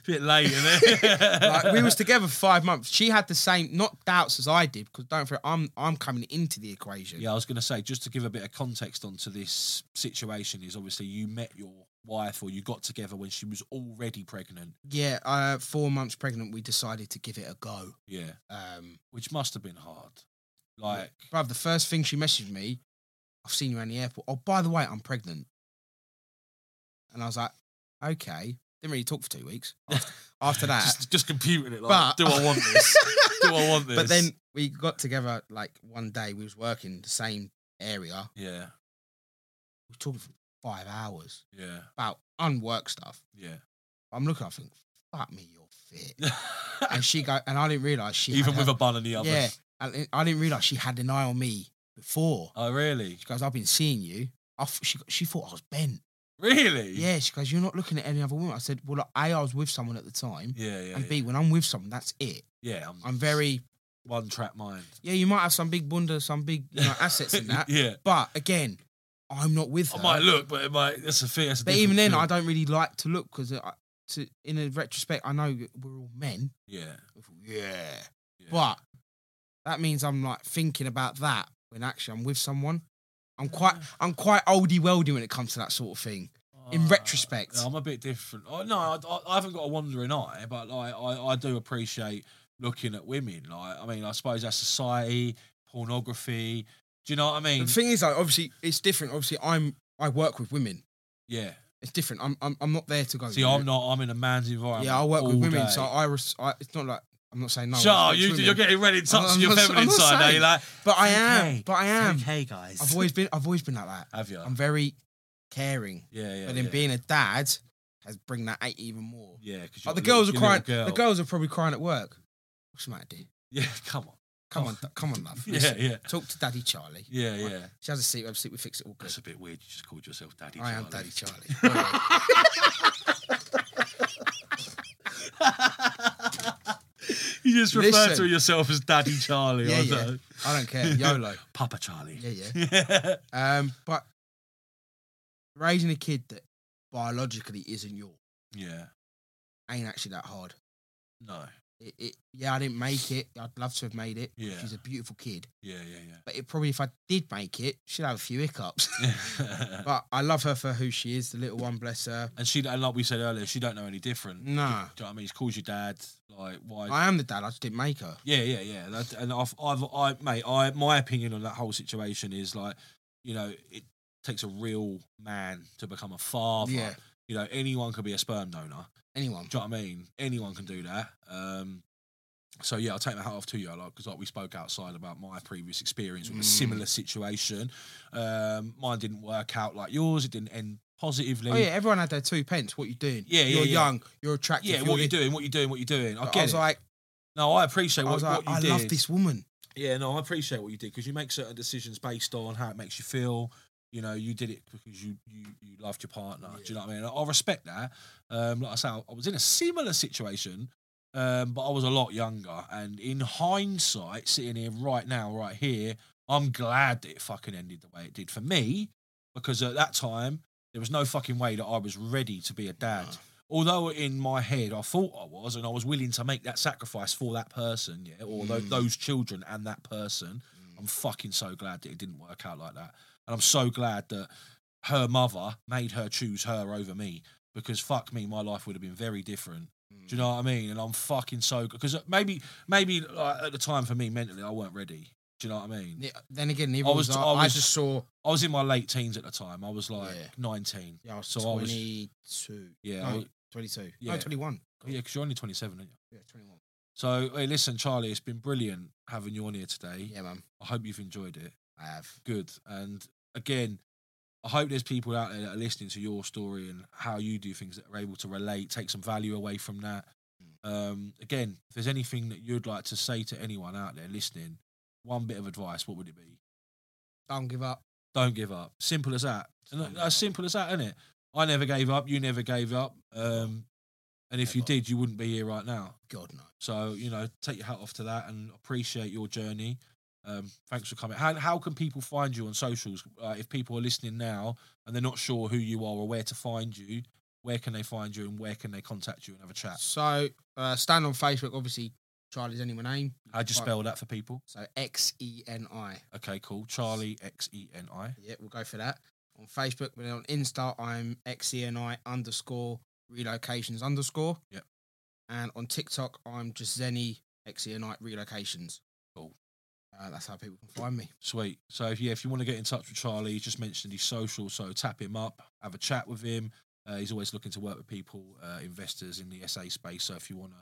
B: bit late, isn't it?
C: Like, we was together for five months. She had the same not doubts as I did because don't forget, I'm I'm coming into the equation.
B: Yeah, I was going to say just to give a bit of context onto this situation is obviously you met your wife or you got together when she was already pregnant.
C: Yeah, uh, four months pregnant, we decided to give it a go.
B: Yeah,
C: Um,
B: which must have been hard. Like,
C: bruv, the first thing she messaged me, I've seen you around the airport. Oh, by the way, I'm pregnant. And I was like, okay. Didn't really talk for two weeks after, after that.
B: just, just computing it.
C: but
B: Like, do I want this? do I want this?
C: But then we got together like one day. We was working the same area.
B: yeah,
C: We were talking for five hours
B: yeah,
C: about unwork stuff.
B: yeah.
C: I'm looking. I think, fuck me, you're fit. And she go, and I didn't realize she
B: Even
C: had
B: with
C: her-
B: a bun in the oven.
C: yeah. I, didn't- I didn't realize she had an eye on me before.
B: Oh, really?
C: She goes, I've been seeing you. I f- she she thought I was bent.
B: Really?
C: Yeah. She goes, you're not looking at any other woman. I said, well, like, a I was with someone at the time,
B: Yeah, yeah,
C: and
B: yeah.
C: b when I'm with someone, that's it.
B: yeah I'm,
C: I'm very
B: one track mind.
C: yeah. You might have some big bunda, some big you know, assets in that.
B: yeah,
C: But again, I'm not with her.
B: I might look, but it might. That's a fear. That's a
C: but even then,
B: different
C: I don't really like to look because, to in a retrospect, I know that we're all men.
B: feel. Yeah,
C: Yeah.
B: yeah.
C: But that means I'm like thinking about that when actually I'm with someone. I'm quite I'm quite oldie weldy when it comes to that sort of thing. in
B: Uh,
C: retrospect.
B: I'm a bit different. I, no, I, I- I haven't got a wandering eye, but like I, I do appreciate looking at women. Like I mean, I suppose that's society, pornography. Do you know what I mean?
C: The thing is, like, obviously, it's different. Obviously, I'm I work with women.
B: yeah.
C: It's different. I'm I'm, I'm not there to go.
B: See,
C: you know?
B: I'm not. I'm in a man's environment.
C: Oh, Yeah, I work with
B: all
C: women,
B: day.
C: so I, res- I. It's not like I'm not saying no. I
B: Sure,
C: respect
B: you,
C: women,
B: you're getting ready to touch
C: I'm
B: your
C: not- I'm
B: feminine
C: not
B: side, are you?
C: saying.
B: Like,
C: but I
B: it's
C: am,
B: okay.
C: but I am.
B: Hey guys,
C: I've always been. I've always been like that.
B: have you?
C: I'm very caring,
B: yeah, yeah.
C: but then
B: yeah.
C: being a dad has bring that out even more.
B: yeah, because
C: Like, the girls are crying.
B: Girl.
C: The girls are probably crying at work. What's the matter, dear?
B: Yeah, come on.
C: Come on, come on, love.
B: Yeah,
C: Listen,
B: Oh. yeah,
C: Talk to Daddy Charlie.
B: yeah, yeah.
C: She has a seat. We have a seat. We fix it all good.
B: That's a bit weird. You just called yourself Daddy.
C: I am
B: Charlie.
C: Daddy Charlie.
B: you just refer
C: Listen.
B: to yourself as Daddy Charlie.
C: yeah,
B: I
C: yeah.
B: don't-
C: I don't care. YOLO.
B: Papa Charlie.
C: Yeah, yeah.
B: yeah.
C: Um, but raising a kid that biologically isn't yours
B: Yeah.
C: ain't actually that hard.
B: No.
C: It, it, yeah, I didn't make it. I'd love to have made it.
B: Yeah.
C: She's a beautiful kid.
B: Yeah, yeah,
C: But it probably, if I did make it, she'd have a few hiccups.
B: yeah.
C: but I love her for who she is. The little one, bless her.
B: and she, and like we said earlier, she don't know any different.
C: Nah,
B: Do you know what I mean? She calls you dad. Like, why?
C: I am the dad. I just didn't make her.
B: Yeah, yeah, yeah. That, and I've, I've, I, mate, I, my opinion on that whole situation is like, you know, it takes a real man to become a father.
C: Yeah.
B: You know, anyone could be a sperm donor.
C: Anyone.
B: Do you know what I mean? Anyone can do that. Um, so yeah, I'll take my hat off to you, like because like we spoke outside about my previous experience with a
C: Mm.
B: similar situation. Um, mine didn't work out like yours. It didn't end positively.
C: Oh yeah, everyone had their two pence. What you doing?
B: Yeah, yeah,
C: You're
B: yeah.
C: young. You're attractive.
B: Yeah,
C: you're
B: what you
C: this-
B: doing? What you doing? What you doing? I
C: But
B: get
C: I was
B: it.
C: like,
B: no, I appreciate what,
C: I was like,
B: what you
C: I
B: did.
C: love this woman.
B: Yeah, no, I appreciate what you did because you make certain decisions based on how it makes you feel. You know, you did it because you you, you loved your partner. Do you know what I mean? I, I respect that. Um, like I say, I, I was in a similar situation, um, but I was a lot younger. And in hindsight, sitting here right now, right here, I'm glad that it fucking ended the way it did for me because at that time there was no fucking way that I was ready to be a dad.
C: No.
B: Although in my head I thought I was, and I was willing to make that sacrifice for that person, yeah, or tho-
C: Mm.
B: those children and that person. I'm fucking so glad that it didn't work out like that, and I'm so glad that her mother made her choose her over me because fuck me, my life would have been very different. Do you know what I mean? And I'm fucking so because maybe maybe like, at the time for me mentally I weren't ready. Do you know what I mean?
C: Yeah, Then again, neither
B: I
C: was,
B: was-
C: I,
B: I
C: I
B: was-
C: just saw.
B: I was in my late teens at the time. I was like
C: Yeah. Oh,
B: 19.
C: Yeah, I was
B: So I was-
C: 22.
B: Yeah,
C: No,
B: I was-
C: 22.
B: Yeah.
C: No, 21. God.
B: Yeah, because you're only 27, aren't you?
C: Yeah, 21.
B: So, hey, listen, Charlie, it's been brilliant having you on here today.
C: Yeah, man.
B: I hope you've enjoyed it.
C: I have.
B: Good. And again, I hope there's people out there that are listening to your story and how you do things that are able to relate, take some value away from that.
C: Mm.
B: Um, again, if there's anything that you'd like to say to anyone out there listening, one bit of advice, what would it be?
C: Don't give up.
B: Don't give up. Simple as that. And
C: Don't give
B: as
C: up.
B: simple as that, isn't it? I never gave up. You never gave up. Um, and if you
C: Never.
B: did, you wouldn't be here right now.
C: God, no.
B: So you know, take your hat off to that and appreciate your journey. Um, thanks for coming. How how can people find you on socials? Uh, if people are listening now and they're not sure who you are or where to find you, where can they find you and where can they contact you and have a chat?
C: So, uh, stand on Facebook. Obviously, Charlie's only my name.
B: How'd you spell that for people?
C: So, X E N I.
B: Okay, cool. Charlie X E N I.
C: Yeah, we'll go for that. On Facebook, but then on Insta, I'm X E N I underscore relocations underscore.
B: Yep.
C: And on TikTok, I'm just Zenny X E N I relocations.
B: Cool.
C: Uh, that's how people can find me.
B: Sweet. So if yeah, if you want to get in touch with Charlie, just mentioned his social. So tap him up, have a chat with him. Uh, he's always looking to work with people, uh, investors in the SA space. So if you want to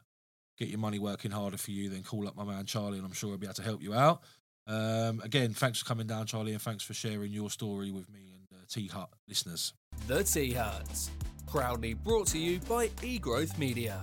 B: get your money working harder for you, then call up my man Charlie, and I'm sure he'll be able to help you out. Um, again, thanks for coming down, Charlie, and thanks for sharing your story with me and uh, T Hut listeners.
A: The Tea Hut. Proudly brought to you by eGrowth Media.